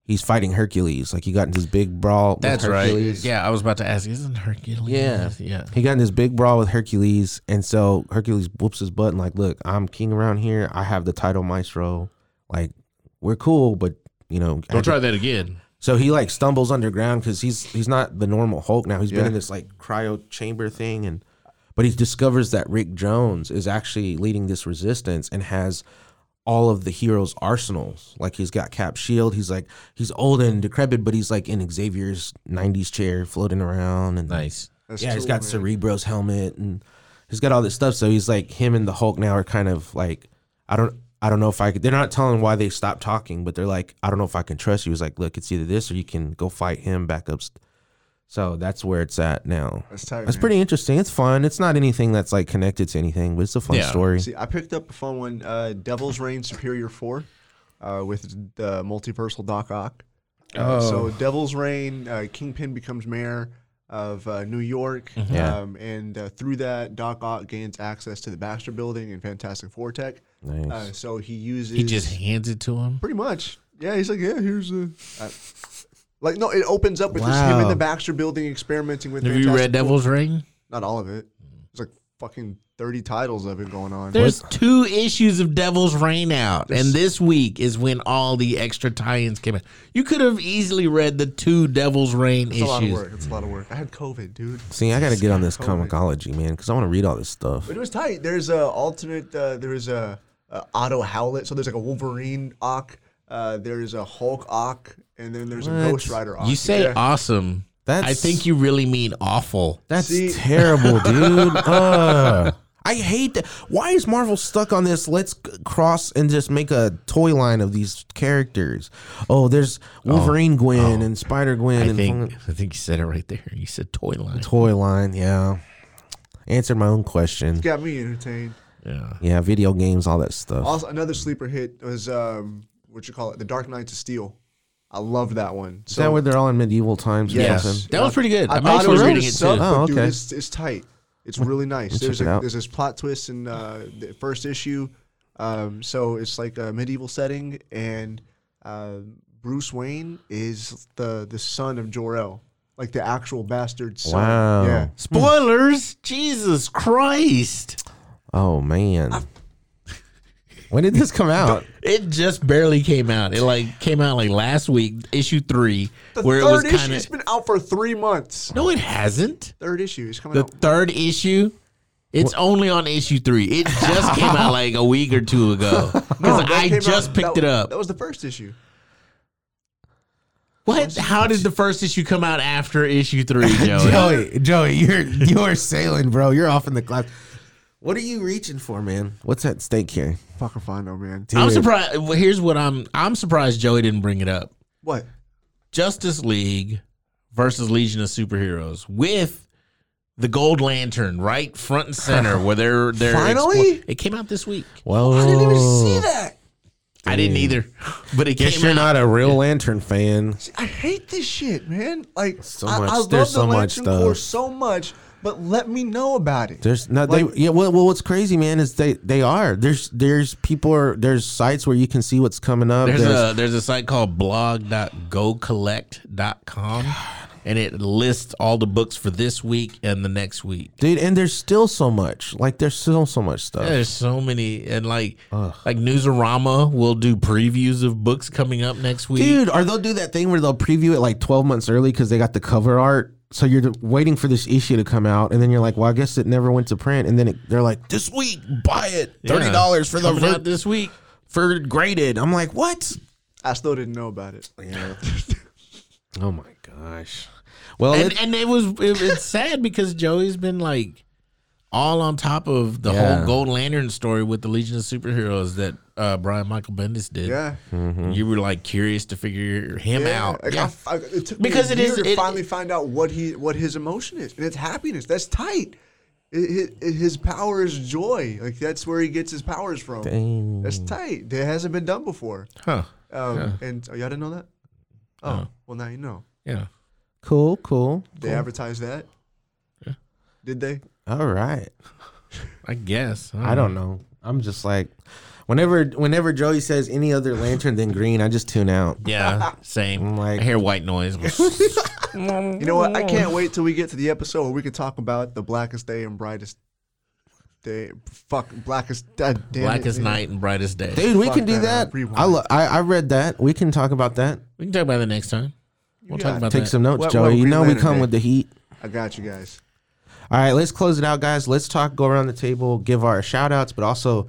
[SPEAKER 3] he's fighting Hercules. Like he got in this big brawl with
[SPEAKER 2] that's right
[SPEAKER 3] Hercules.
[SPEAKER 2] yeah I was about to ask isn't Hercules
[SPEAKER 3] Yeah.
[SPEAKER 2] yeah
[SPEAKER 3] He got in this big brawl with Hercules, and so Hercules whoops his butt and like, look, I'm king around here. I have the title maestro. Like, we're cool, but you know, I-
[SPEAKER 2] don't try that again
[SPEAKER 3] So he like stumbles underground because he's he's not the normal Hulk now. He's been
[SPEAKER 1] Yeah.
[SPEAKER 3] in this like cryo chamber thing, and but he discovers that Rick Jones is actually leading this resistance and has all of the heroes' arsenals. Like he's got Cap Shield. He's like he's old and decrepit, but he's like in Xavier's '90s chair floating around and
[SPEAKER 2] nice
[SPEAKER 1] that's
[SPEAKER 3] yeah, he's
[SPEAKER 1] cool,
[SPEAKER 3] got
[SPEAKER 1] man.
[SPEAKER 3] Cerebro's helmet and he's got all this stuff. So he's like him and the Hulk now are kind of like I don't I don't know if I could. They're not telling why they stopped talking, but they're like I don't know if I can trust you. He's like, look, it's either this or you can go fight him back up. st- So that's where it's at now.
[SPEAKER 1] That's tight.
[SPEAKER 3] That's
[SPEAKER 1] man.
[SPEAKER 3] pretty interesting. It's fun. It's not anything that's like connected to anything, but it's a fun
[SPEAKER 2] Yeah.
[SPEAKER 3] story.
[SPEAKER 1] See, I picked up a fun one, uh, Devil's Reign Superior 4, uh, with the multiversal Doc Ock. Uh,
[SPEAKER 2] Oh.
[SPEAKER 1] So Devil's Reign, uh, Kingpin becomes mayor of uh, New York,
[SPEAKER 2] Mm-hmm.
[SPEAKER 3] Yeah.
[SPEAKER 1] um, and uh, through that, Doc Ock gains access to the Baxter Building and Fantastic Four tech.
[SPEAKER 3] Nice.
[SPEAKER 1] Uh, so he uses
[SPEAKER 2] he just hands it to him
[SPEAKER 1] pretty much, yeah. He's like, yeah, here's the. Uh, like no, it opens up with just him in
[SPEAKER 3] Wow.
[SPEAKER 1] the Baxter Building experimenting with.
[SPEAKER 2] have you
[SPEAKER 1] Fantastic
[SPEAKER 2] read
[SPEAKER 1] Four.
[SPEAKER 2] Devil's Ring
[SPEAKER 1] Not all of it. There's like fucking thirty titles of it going on.
[SPEAKER 2] There's two issues of Devil's Rain out, and this week is when all the extra tie-ins came in. You could have easily read the two Devil's Rain
[SPEAKER 1] It's a lot of
[SPEAKER 2] issues.
[SPEAKER 1] work. It's a lot of work. I had COVID, dude.
[SPEAKER 3] See, I got to get on this comicology, man, because I want to read all this stuff.
[SPEAKER 1] But it was tight. There's a alternate. Uh, there's a, a Otto Howlett. So there's like a Wolverine Ock. Uh, there's a Hulk Ock, and then there's a Ghost Rider Ock.
[SPEAKER 2] You say
[SPEAKER 1] Yeah.
[SPEAKER 2] awesome.
[SPEAKER 3] That's
[SPEAKER 2] I think you really mean awful.
[SPEAKER 3] That's
[SPEAKER 1] See-
[SPEAKER 3] terrible, dude. Ugh. I hate that. Why is Marvel stuck on this? Let's c- cross and just make a toy line of these characters. Oh, there's Wolverine Gwen and Spider Gwen
[SPEAKER 2] I
[SPEAKER 3] and
[SPEAKER 2] think I think you said it right there. You said toy line.
[SPEAKER 3] toy line. Yeah. Answered my own question.
[SPEAKER 1] got me entertained.
[SPEAKER 2] Yeah.
[SPEAKER 3] Yeah, video games, all that stuff.
[SPEAKER 1] Also, another sleeper hit was um, what you call it, The Dark Knights of Steel. I love that one.
[SPEAKER 3] Is
[SPEAKER 1] So
[SPEAKER 3] that where they're all in medieval times? or
[SPEAKER 1] Yes.
[SPEAKER 3] something?
[SPEAKER 2] That was pretty good.
[SPEAKER 1] I
[SPEAKER 2] I'm
[SPEAKER 1] thought it
[SPEAKER 2] actually
[SPEAKER 1] was
[SPEAKER 2] reading
[SPEAKER 1] reading
[SPEAKER 2] it
[SPEAKER 1] sub,
[SPEAKER 2] too.
[SPEAKER 3] Oh,
[SPEAKER 1] but dude,
[SPEAKER 3] okay.
[SPEAKER 1] it's, it's tight. It's really nice.
[SPEAKER 3] check
[SPEAKER 1] There's
[SPEAKER 3] it
[SPEAKER 1] a,
[SPEAKER 3] out.
[SPEAKER 1] there's this plot twist in uh, the first issue. Um, so it's like a medieval setting, and uh, Bruce Wayne is the the son of Jor El, like the actual bastard son.
[SPEAKER 3] Wow.
[SPEAKER 1] Yeah.
[SPEAKER 2] Spoilers! Jesus Christ!
[SPEAKER 3] Oh, man. When did this come out?
[SPEAKER 2] It just barely came out. It like came out like last week, issue three,
[SPEAKER 1] The
[SPEAKER 2] where it was
[SPEAKER 1] third issue.
[SPEAKER 2] kind
[SPEAKER 1] It's
[SPEAKER 2] of.
[SPEAKER 1] been out for three months.
[SPEAKER 2] No, it hasn't.
[SPEAKER 1] Third issue is coming
[SPEAKER 2] the
[SPEAKER 1] out.
[SPEAKER 2] third issue. It's only on issue three. It just came out like a week or two ago because
[SPEAKER 1] That
[SPEAKER 2] I
[SPEAKER 1] came out-
[SPEAKER 2] just picked
[SPEAKER 1] that-
[SPEAKER 2] it up.
[SPEAKER 1] That was the first issue.
[SPEAKER 2] What? How did the first issue come out after issue three, Joey?
[SPEAKER 3] Joey, Joey, you're you're sailing, bro. You're off in the clouds. What are you reaching for, man? What's at stake here?
[SPEAKER 1] Fucker Fondo, man.
[SPEAKER 2] I'm
[SPEAKER 3] Dude.
[SPEAKER 2] surprised. Well, here's what I'm. I'm surprised Joey didn't bring it up.
[SPEAKER 1] What?
[SPEAKER 2] Justice League versus Legion of Superheroes with the Gold Lantern right front and center where they're they're
[SPEAKER 3] Finally?
[SPEAKER 2] it came out this week.
[SPEAKER 3] Well,
[SPEAKER 2] Oh.
[SPEAKER 1] that.
[SPEAKER 2] I didn't either, but it
[SPEAKER 3] Guess
[SPEAKER 2] came
[SPEAKER 3] you're
[SPEAKER 2] out.
[SPEAKER 3] not a real Lantern fan.
[SPEAKER 1] See, I hate this shit, man. Like,
[SPEAKER 3] So
[SPEAKER 1] I,
[SPEAKER 3] much-
[SPEAKER 1] I love
[SPEAKER 3] there's
[SPEAKER 1] the
[SPEAKER 3] so much
[SPEAKER 1] Lantern
[SPEAKER 3] stuff.
[SPEAKER 1] Corps so much, but let me know about it.
[SPEAKER 3] There's not they
[SPEAKER 1] Like-
[SPEAKER 3] yeah well, well what's crazy man is they they are there's there's people are there's sites where you can see what's coming up
[SPEAKER 2] There's,
[SPEAKER 3] There's-
[SPEAKER 2] a there's a site called blog.gocollect.com and it lists all the books for this week and the next week.
[SPEAKER 3] dude and there's still so much like there's still so much stuff
[SPEAKER 2] There's so many and like like Newsarama will do previews of books coming up next week.
[SPEAKER 3] dude or they'll do that thing where they'll preview it like 12 months early because they got the cover art so you're waiting for this issue to come out and then you're like well I guess it never went to print and then it, they're like this week buy it
[SPEAKER 2] Yeah.
[SPEAKER 3] thirty dollars for the
[SPEAKER 2] coming out
[SPEAKER 3] for,
[SPEAKER 2] this week.
[SPEAKER 3] for graded I'm like what
[SPEAKER 1] I still didn't know about it.
[SPEAKER 3] oh my gosh well Oh, it-
[SPEAKER 2] and, and it was it, it's sad because Joey's been like all on top of the
[SPEAKER 3] Yeah.
[SPEAKER 2] whole Gold Lantern story with the Legion of Superheroes that uh, Brian Michael Bendis did.
[SPEAKER 1] Yeah.
[SPEAKER 2] You were like curious to figure him
[SPEAKER 1] Yeah,
[SPEAKER 2] out.
[SPEAKER 1] like, I f- I- it took me
[SPEAKER 2] Because
[SPEAKER 1] a
[SPEAKER 2] it is-
[SPEAKER 1] year to
[SPEAKER 2] it-
[SPEAKER 1] finally find out what he what his emotion is, and it's happiness. That's tight. It, it- his power is joy. Like that's where he gets his powers from. That's tight. That hasn't been done before.
[SPEAKER 2] Huh.
[SPEAKER 1] Um, And oh, y'all didn't know that. Oh, well now you know.
[SPEAKER 2] Yeah.
[SPEAKER 3] cool cool
[SPEAKER 1] They advertised that. Did they?
[SPEAKER 3] all right.
[SPEAKER 2] I guess.
[SPEAKER 3] I don't know. I'm just like, whenever whenever Joey says any other lantern than green, I just tune out.
[SPEAKER 2] Yeah. Same.
[SPEAKER 3] I'm like-
[SPEAKER 2] I hear white noise.
[SPEAKER 1] You know what? I can't wait till we get to the episode where we can talk about the blackest day and brightest day. Fuck, blackest. God damn it,
[SPEAKER 2] Blackest
[SPEAKER 1] man.
[SPEAKER 2] night and brightest day.
[SPEAKER 3] Dude, we
[SPEAKER 1] Fuck
[SPEAKER 3] can do
[SPEAKER 1] that.
[SPEAKER 3] that.
[SPEAKER 1] Rewind.
[SPEAKER 3] I, lo- I I read that. We can talk about that.
[SPEAKER 2] We can talk about it next time. We'll
[SPEAKER 1] Yeah.
[SPEAKER 2] talk about
[SPEAKER 3] Take
[SPEAKER 2] that.
[SPEAKER 3] some notes,
[SPEAKER 1] What-
[SPEAKER 3] Joey.
[SPEAKER 1] what
[SPEAKER 3] you
[SPEAKER 1] Green
[SPEAKER 3] know we
[SPEAKER 1] Lantern
[SPEAKER 3] come
[SPEAKER 1] did.
[SPEAKER 3] with the heat.
[SPEAKER 1] I got you guys.
[SPEAKER 3] All right, let's close it out, guys. Let's talk, go around the table, give our shout outs, but also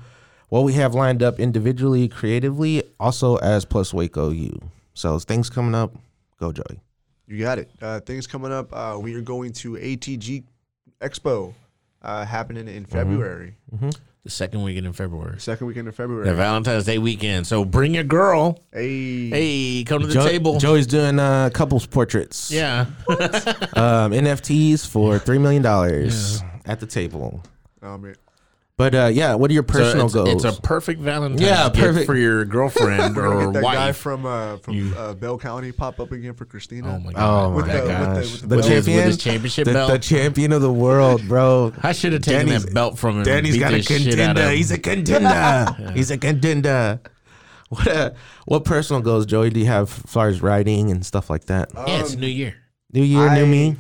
[SPEAKER 3] what we have lined up individually, creatively, also as plus Waco U. So things coming up. Go, Joey.
[SPEAKER 1] You got it. Uh, things coming up. Uh, we are going to ATG Expo, uh, happening in
[SPEAKER 2] Mm-hmm.
[SPEAKER 1] February,
[SPEAKER 2] The second weekend in February.
[SPEAKER 1] second weekend of February.
[SPEAKER 2] Yeah, Valentine's Day weekend. So bring your girl.
[SPEAKER 1] Hey,
[SPEAKER 2] Hey, come to the
[SPEAKER 3] Jo-
[SPEAKER 2] table.
[SPEAKER 3] Joey's doing uh, couples portraits.
[SPEAKER 2] yeah.
[SPEAKER 3] Um, NFTs for $3 million at the table.
[SPEAKER 1] Oh, man.
[SPEAKER 3] But uh, yeah, what are your
[SPEAKER 2] So
[SPEAKER 3] personal
[SPEAKER 2] it's,
[SPEAKER 3] goals?
[SPEAKER 2] it's a perfect Valentine's
[SPEAKER 3] Yeah,
[SPEAKER 2] gift
[SPEAKER 3] perfect.
[SPEAKER 2] for your girlfriend
[SPEAKER 1] We're gonna
[SPEAKER 2] or
[SPEAKER 1] get that guy
[SPEAKER 2] wife.
[SPEAKER 1] from uh, from uh, Bell County pop up again for Christina.
[SPEAKER 2] oh my god!
[SPEAKER 3] oh my
[SPEAKER 1] With the- with the-
[SPEAKER 3] gosh,
[SPEAKER 1] with the
[SPEAKER 3] the,
[SPEAKER 1] belt.
[SPEAKER 2] With his- with
[SPEAKER 3] champion,
[SPEAKER 2] his championship
[SPEAKER 3] the,
[SPEAKER 2] belt.
[SPEAKER 3] the champion of the world, bro.
[SPEAKER 2] I should have taken
[SPEAKER 3] Danny's-
[SPEAKER 2] that belt from him. Danny's got a
[SPEAKER 3] a contender. He's a contender. What uh, what personal goals, Joey? Do you have as far as writing and stuff like that?
[SPEAKER 2] yeah, it's New Year.
[SPEAKER 3] New year,
[SPEAKER 1] I-
[SPEAKER 3] new me.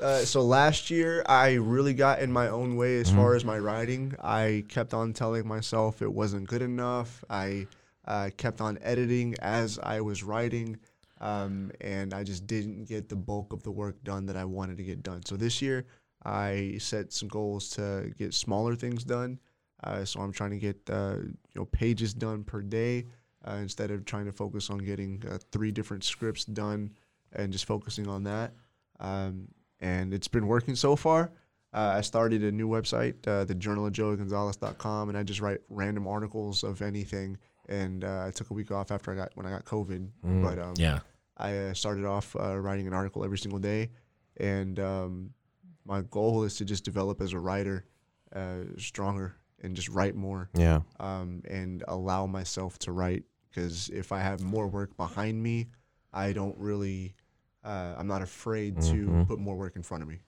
[SPEAKER 1] Uh, so last year, I really got in my own way as far as my writing. I kept on telling myself it wasn't good enough. I uh, kept on editing as I was writing, um, and I just didn't get the bulk of the work done that I wanted to get done. So this year, I set some goals to get smaller things done. Uh, so I'm trying to get uh, you know pages done per day uh, instead of trying to focus on getting uh, three different scripts done and just focusing on that. Um, and it's been working so far. Uh, I started a new website, uh, the Journal of Joey Gonzalez.com, and I just write random articles of anything. And uh, I took a week off after I got when I got COVID, but um,
[SPEAKER 2] Yeah.
[SPEAKER 1] I uh, started off uh, writing an article every single day, and um, my goal is to just develop as a writer, uh, stronger, and just write more,
[SPEAKER 3] Yeah,
[SPEAKER 1] um, and allow myself to write. Because if I have more work behind me, I don't really, uh, I'm not afraid
[SPEAKER 3] Mm-hmm.
[SPEAKER 1] to put more work in front of me.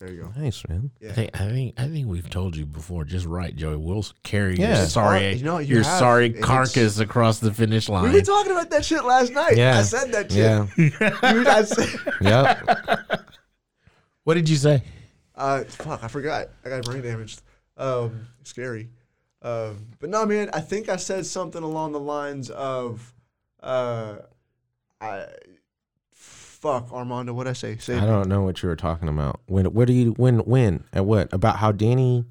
[SPEAKER 1] There you go.
[SPEAKER 3] nice man.
[SPEAKER 2] I think I think I think we've told you before. Just right, Joey. We'll carry
[SPEAKER 3] Yeah.
[SPEAKER 2] your sorry,
[SPEAKER 1] You know, you
[SPEAKER 2] your
[SPEAKER 1] have,
[SPEAKER 2] sorry
[SPEAKER 1] and it's-
[SPEAKER 2] carcass across the finish
[SPEAKER 1] We
[SPEAKER 2] line.
[SPEAKER 1] were talking about that shit last night.
[SPEAKER 3] Yeah.
[SPEAKER 1] I said that shit.
[SPEAKER 3] Yeah,
[SPEAKER 1] Dude, I said,
[SPEAKER 3] yep.
[SPEAKER 2] what did you say?
[SPEAKER 1] Uh, fuck, I forgot. I got brain damaged. Um, scary. Um, but no, man, I think I said something along the lines of, uh, I, fuck, Armando, what I say? Say,
[SPEAKER 3] I don't know what you were talking about. When? What do you? When? When? At what? About how Danny?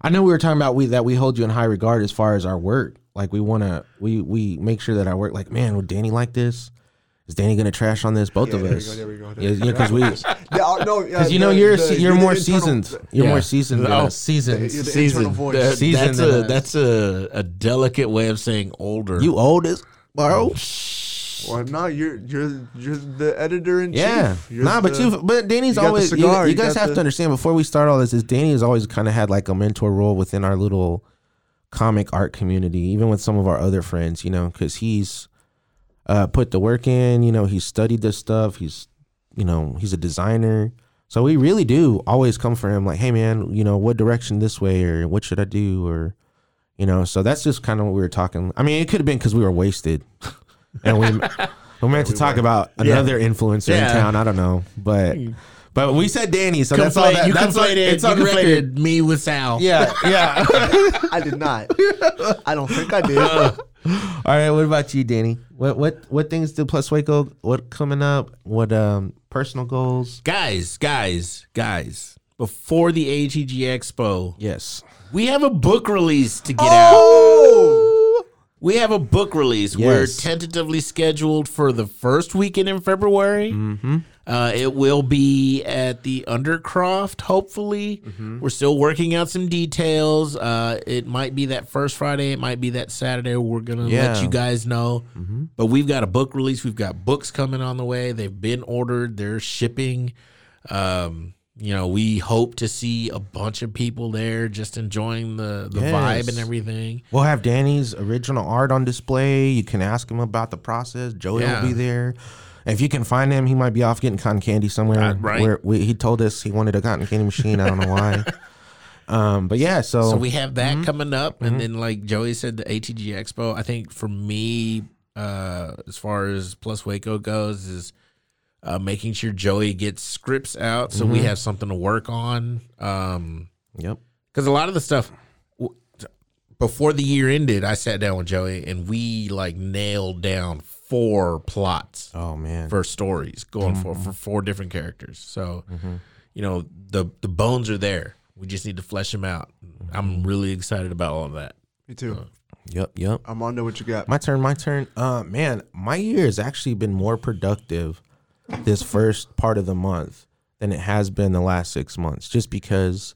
[SPEAKER 3] I know we were talking about we that we hold you in high regard as far as our work. Like we want to, we we make sure that our work. Like man, would Danny like this? Is is Danny gonna trash on this? Both
[SPEAKER 1] Yeah,
[SPEAKER 3] of
[SPEAKER 1] there we
[SPEAKER 3] us.
[SPEAKER 1] go, there we go, there
[SPEAKER 3] Yeah,
[SPEAKER 1] we go.
[SPEAKER 3] yeah, because we,
[SPEAKER 1] Yeah, uh, no,
[SPEAKER 3] because you know
[SPEAKER 1] the-
[SPEAKER 3] you're
[SPEAKER 1] the-
[SPEAKER 3] se-
[SPEAKER 1] the-
[SPEAKER 3] you're
[SPEAKER 1] the
[SPEAKER 3] more
[SPEAKER 1] internal-
[SPEAKER 3] seasoned.
[SPEAKER 1] the-
[SPEAKER 3] You're
[SPEAKER 2] Yeah.
[SPEAKER 3] more seasoned. Than
[SPEAKER 2] Oh,
[SPEAKER 3] us.
[SPEAKER 2] seasoned,
[SPEAKER 1] The- the
[SPEAKER 2] seasoned.
[SPEAKER 1] internal voice.
[SPEAKER 2] That-
[SPEAKER 3] Seasoned
[SPEAKER 2] that's
[SPEAKER 3] than
[SPEAKER 2] a
[SPEAKER 3] us.
[SPEAKER 2] that's a, a delicate way of saying older.
[SPEAKER 3] You old as bro.
[SPEAKER 1] Well, no, you're you're you're the editor in chief.
[SPEAKER 3] Yeah,
[SPEAKER 1] You're
[SPEAKER 3] nah, but
[SPEAKER 1] the-
[SPEAKER 3] you, but Danny's
[SPEAKER 1] you got the
[SPEAKER 3] always. you-
[SPEAKER 1] cigar,
[SPEAKER 3] you,
[SPEAKER 1] you
[SPEAKER 3] guys
[SPEAKER 1] got
[SPEAKER 3] have
[SPEAKER 1] the-
[SPEAKER 3] to understand before we start all this is Danny has always kind of had like a mentor role within our little comic art community, even with some of our other friends, you know, because he's uh, put the work in. You know, he's studied this stuff. He's, you know, he's a designer. So we really do always come for him, like, hey man, you know, what direction this way, or what should I do, or, you know. So that's just kind of what we were talking. I mean, it could have been because we were wasted, and we. We meant to talk about another influencer in
[SPEAKER 2] Yeah. Hmm.
[SPEAKER 3] town. I don't know, but but we said Danny, so that's all.
[SPEAKER 2] conflate,
[SPEAKER 3] That,
[SPEAKER 2] you
[SPEAKER 3] that's all-
[SPEAKER 2] conflated,
[SPEAKER 3] it's on
[SPEAKER 2] you
[SPEAKER 3] record.
[SPEAKER 2] conflated me with Sal.
[SPEAKER 3] Yeah, yeah.
[SPEAKER 1] I did not. I don't think I did.
[SPEAKER 3] all right. What about you, Danny? What what what things did Plus Waco? What coming up? What um personal goals?
[SPEAKER 2] Guys, guys, guys. Before the AGG Expo,
[SPEAKER 3] Yes.
[SPEAKER 2] we have a book release to
[SPEAKER 3] Oh!
[SPEAKER 2] get out. We have a book release. We're
[SPEAKER 3] Yes.
[SPEAKER 2] tentatively scheduled for the first weekend in February.
[SPEAKER 3] Mm-hmm.
[SPEAKER 2] Uh, it will be at the Undercroft, hopefully.
[SPEAKER 3] Mm-hmm.
[SPEAKER 2] We're still working out some details. Uh, it might be that first Friday. It might be that Saturday. We're going to
[SPEAKER 3] Yeah. Mm-hmm.
[SPEAKER 2] let you guys know. But we've got a book release. We've got books coming on the way. They've been ordered, they're shipping. Um, you know, we hope to see a bunch of people there just enjoying the, the vibe and
[SPEAKER 3] Yes.
[SPEAKER 2] everything.
[SPEAKER 3] We'll have Danny's original art on display. You can ask him about the process. Joey
[SPEAKER 2] Yeah.
[SPEAKER 3] will be there. If you can find him, he might be off getting cotton candy somewhere.
[SPEAKER 2] Uh, right.
[SPEAKER 3] Where we, he told us he wanted a cotton candy machine. I don't know why. um, but yeah, so,
[SPEAKER 2] So we have that coming up, and then like Joey said, the ATG Expo. I think for me, uh, as far as Plus Waco goes, is uh, making sure Joey gets scripts out so we have something to work on. Um,
[SPEAKER 3] yep.
[SPEAKER 2] because a lot of the stuff w- before the year ended, I sat down with Joey and we like nailed down four plots
[SPEAKER 3] Oh man.
[SPEAKER 2] for stories going for
[SPEAKER 3] Mm-hmm.
[SPEAKER 2] for four different characters. So, you know, the the bones are there. We just need to flesh them out.
[SPEAKER 3] Mm-hmm.
[SPEAKER 2] I'm really excited about all of that.
[SPEAKER 1] Me too.
[SPEAKER 3] yep. Yep.
[SPEAKER 1] I'm on to what you got.
[SPEAKER 3] My turn, my turn. Uh man, my year has actually been more productive this first part of the month than it has been the last 6 months just because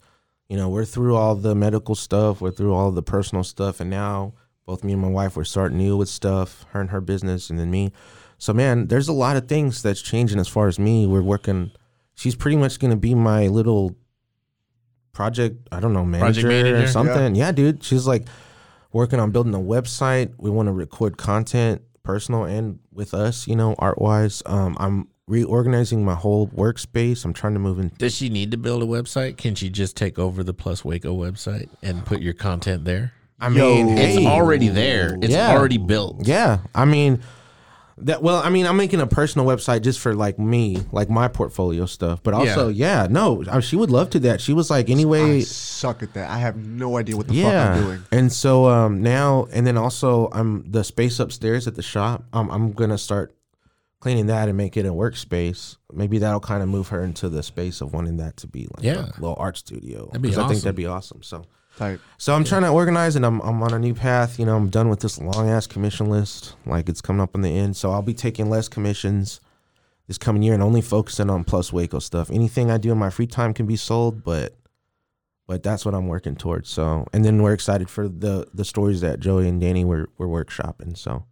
[SPEAKER 3] you know, we're through all the medical stuff, we're through all the personal stuff and now both me and my wife we're starting new with stuff, her and her business and then me. So man, there's a lot of things that's changing as far as me. We're working she's pretty much going to be my little project, I don't know,
[SPEAKER 2] Project
[SPEAKER 3] manager, or
[SPEAKER 2] manager?
[SPEAKER 3] something. yeah, dude, she's like working on building a website. We want to record content, personal and with us, you know, art wise. Um, I'm reorganizing my whole workspace. I'm trying to move in.
[SPEAKER 2] Does she need to build a website? Can she just take over the Plus Waco website and put your content there?
[SPEAKER 3] I mean,
[SPEAKER 2] It's
[SPEAKER 3] hey.
[SPEAKER 2] already there. It's
[SPEAKER 3] Yeah.
[SPEAKER 2] already built.
[SPEAKER 3] Yeah, I mean that. Well, I mean, I'm making a personal website just for like me, like my portfolio stuff. But also, yeah, no, I, she would love to that. She was like,
[SPEAKER 1] I
[SPEAKER 3] anyway,
[SPEAKER 1] suck at that. I have no idea what the
[SPEAKER 3] yeah.
[SPEAKER 1] fuck I'm doing.
[SPEAKER 3] And so um, now, and then also, I'm the space upstairs at the shop. Um, I'm gonna start cleaning that and make it a workspace. Maybe that'll kind of move her into the space of wanting that to be like
[SPEAKER 2] Yeah.
[SPEAKER 3] a little art studio.
[SPEAKER 2] That'd be
[SPEAKER 3] 'Cause I think
[SPEAKER 2] awesome.
[SPEAKER 3] that'd be awesome. So.
[SPEAKER 1] Type.
[SPEAKER 3] So I'm trying to organize and I'm, I'm on a new path. You know, I'm done with this long ass commission list. Like it's coming up on the end. So I'll be taking less commissions this coming year and only focusing on plus Waco stuff. Anything I do in my free time can be sold, but but that's what I'm working towards. So and then we're excited for the the stories that Joey and Danny were were workshopping. So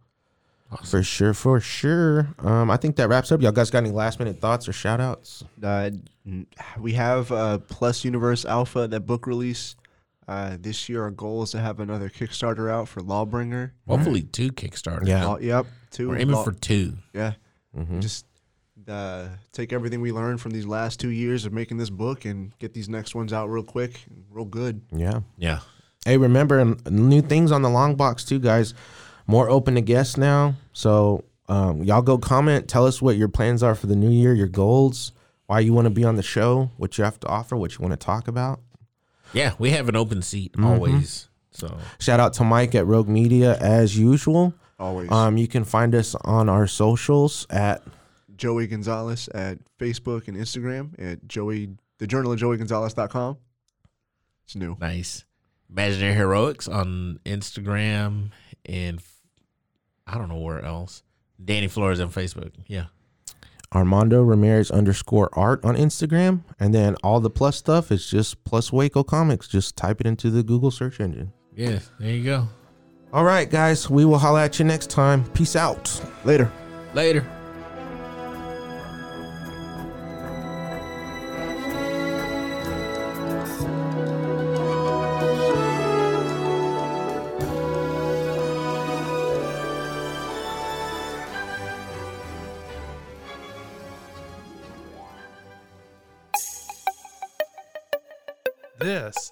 [SPEAKER 3] for sure, for sure. Um I think that wraps up. Y'all guys got any last minute thoughts or shout outs?
[SPEAKER 1] Uh, n- we have uh, Plus Universe Alpha, that book release. Uh, this year, our goal is to have another Kickstarter out for Lawbringer.
[SPEAKER 2] Hopefully, two Kickstarters.
[SPEAKER 3] Yeah.
[SPEAKER 1] Law, yep. Two.
[SPEAKER 2] We're aiming
[SPEAKER 1] Law-
[SPEAKER 2] for two.
[SPEAKER 1] Yeah.
[SPEAKER 3] Mm-hmm.
[SPEAKER 1] Just uh, take everything we learned from these last two years of making this book and get these next ones out real quick, and real good.
[SPEAKER 3] Yeah.
[SPEAKER 2] Yeah.
[SPEAKER 3] Hey, remember um, new things on the long box too, guys. More open to guests now. So um, y'all go comment. Tell us what your plans are for the new year, your goals, why you want to be on the show, what you have to offer, what you want to talk about.
[SPEAKER 2] Yeah. We have an open seat
[SPEAKER 3] Mm-hmm.
[SPEAKER 2] always. So
[SPEAKER 3] Shout out to Mike at Rogue Media as usual.
[SPEAKER 1] Always.
[SPEAKER 3] Um, you can find us on our socials at
[SPEAKER 1] Joey Gonzalez at Facebook and Instagram at Joey the Journal of Joey Gonzalez.com. It's new.
[SPEAKER 2] Nice. Imaginary Heroics on Instagram and f- I don't know where else. Danny Flores on Facebook. Yeah.
[SPEAKER 3] Armando Ramirez underscore art on Instagram. And then all the plus stuff is just plus Waco comics. Just type it into the Google search engine.
[SPEAKER 2] Yeah. There you go.
[SPEAKER 3] All right, guys. We will holla at you next time. Peace out.
[SPEAKER 1] Later.
[SPEAKER 2] Later.
[SPEAKER 4] This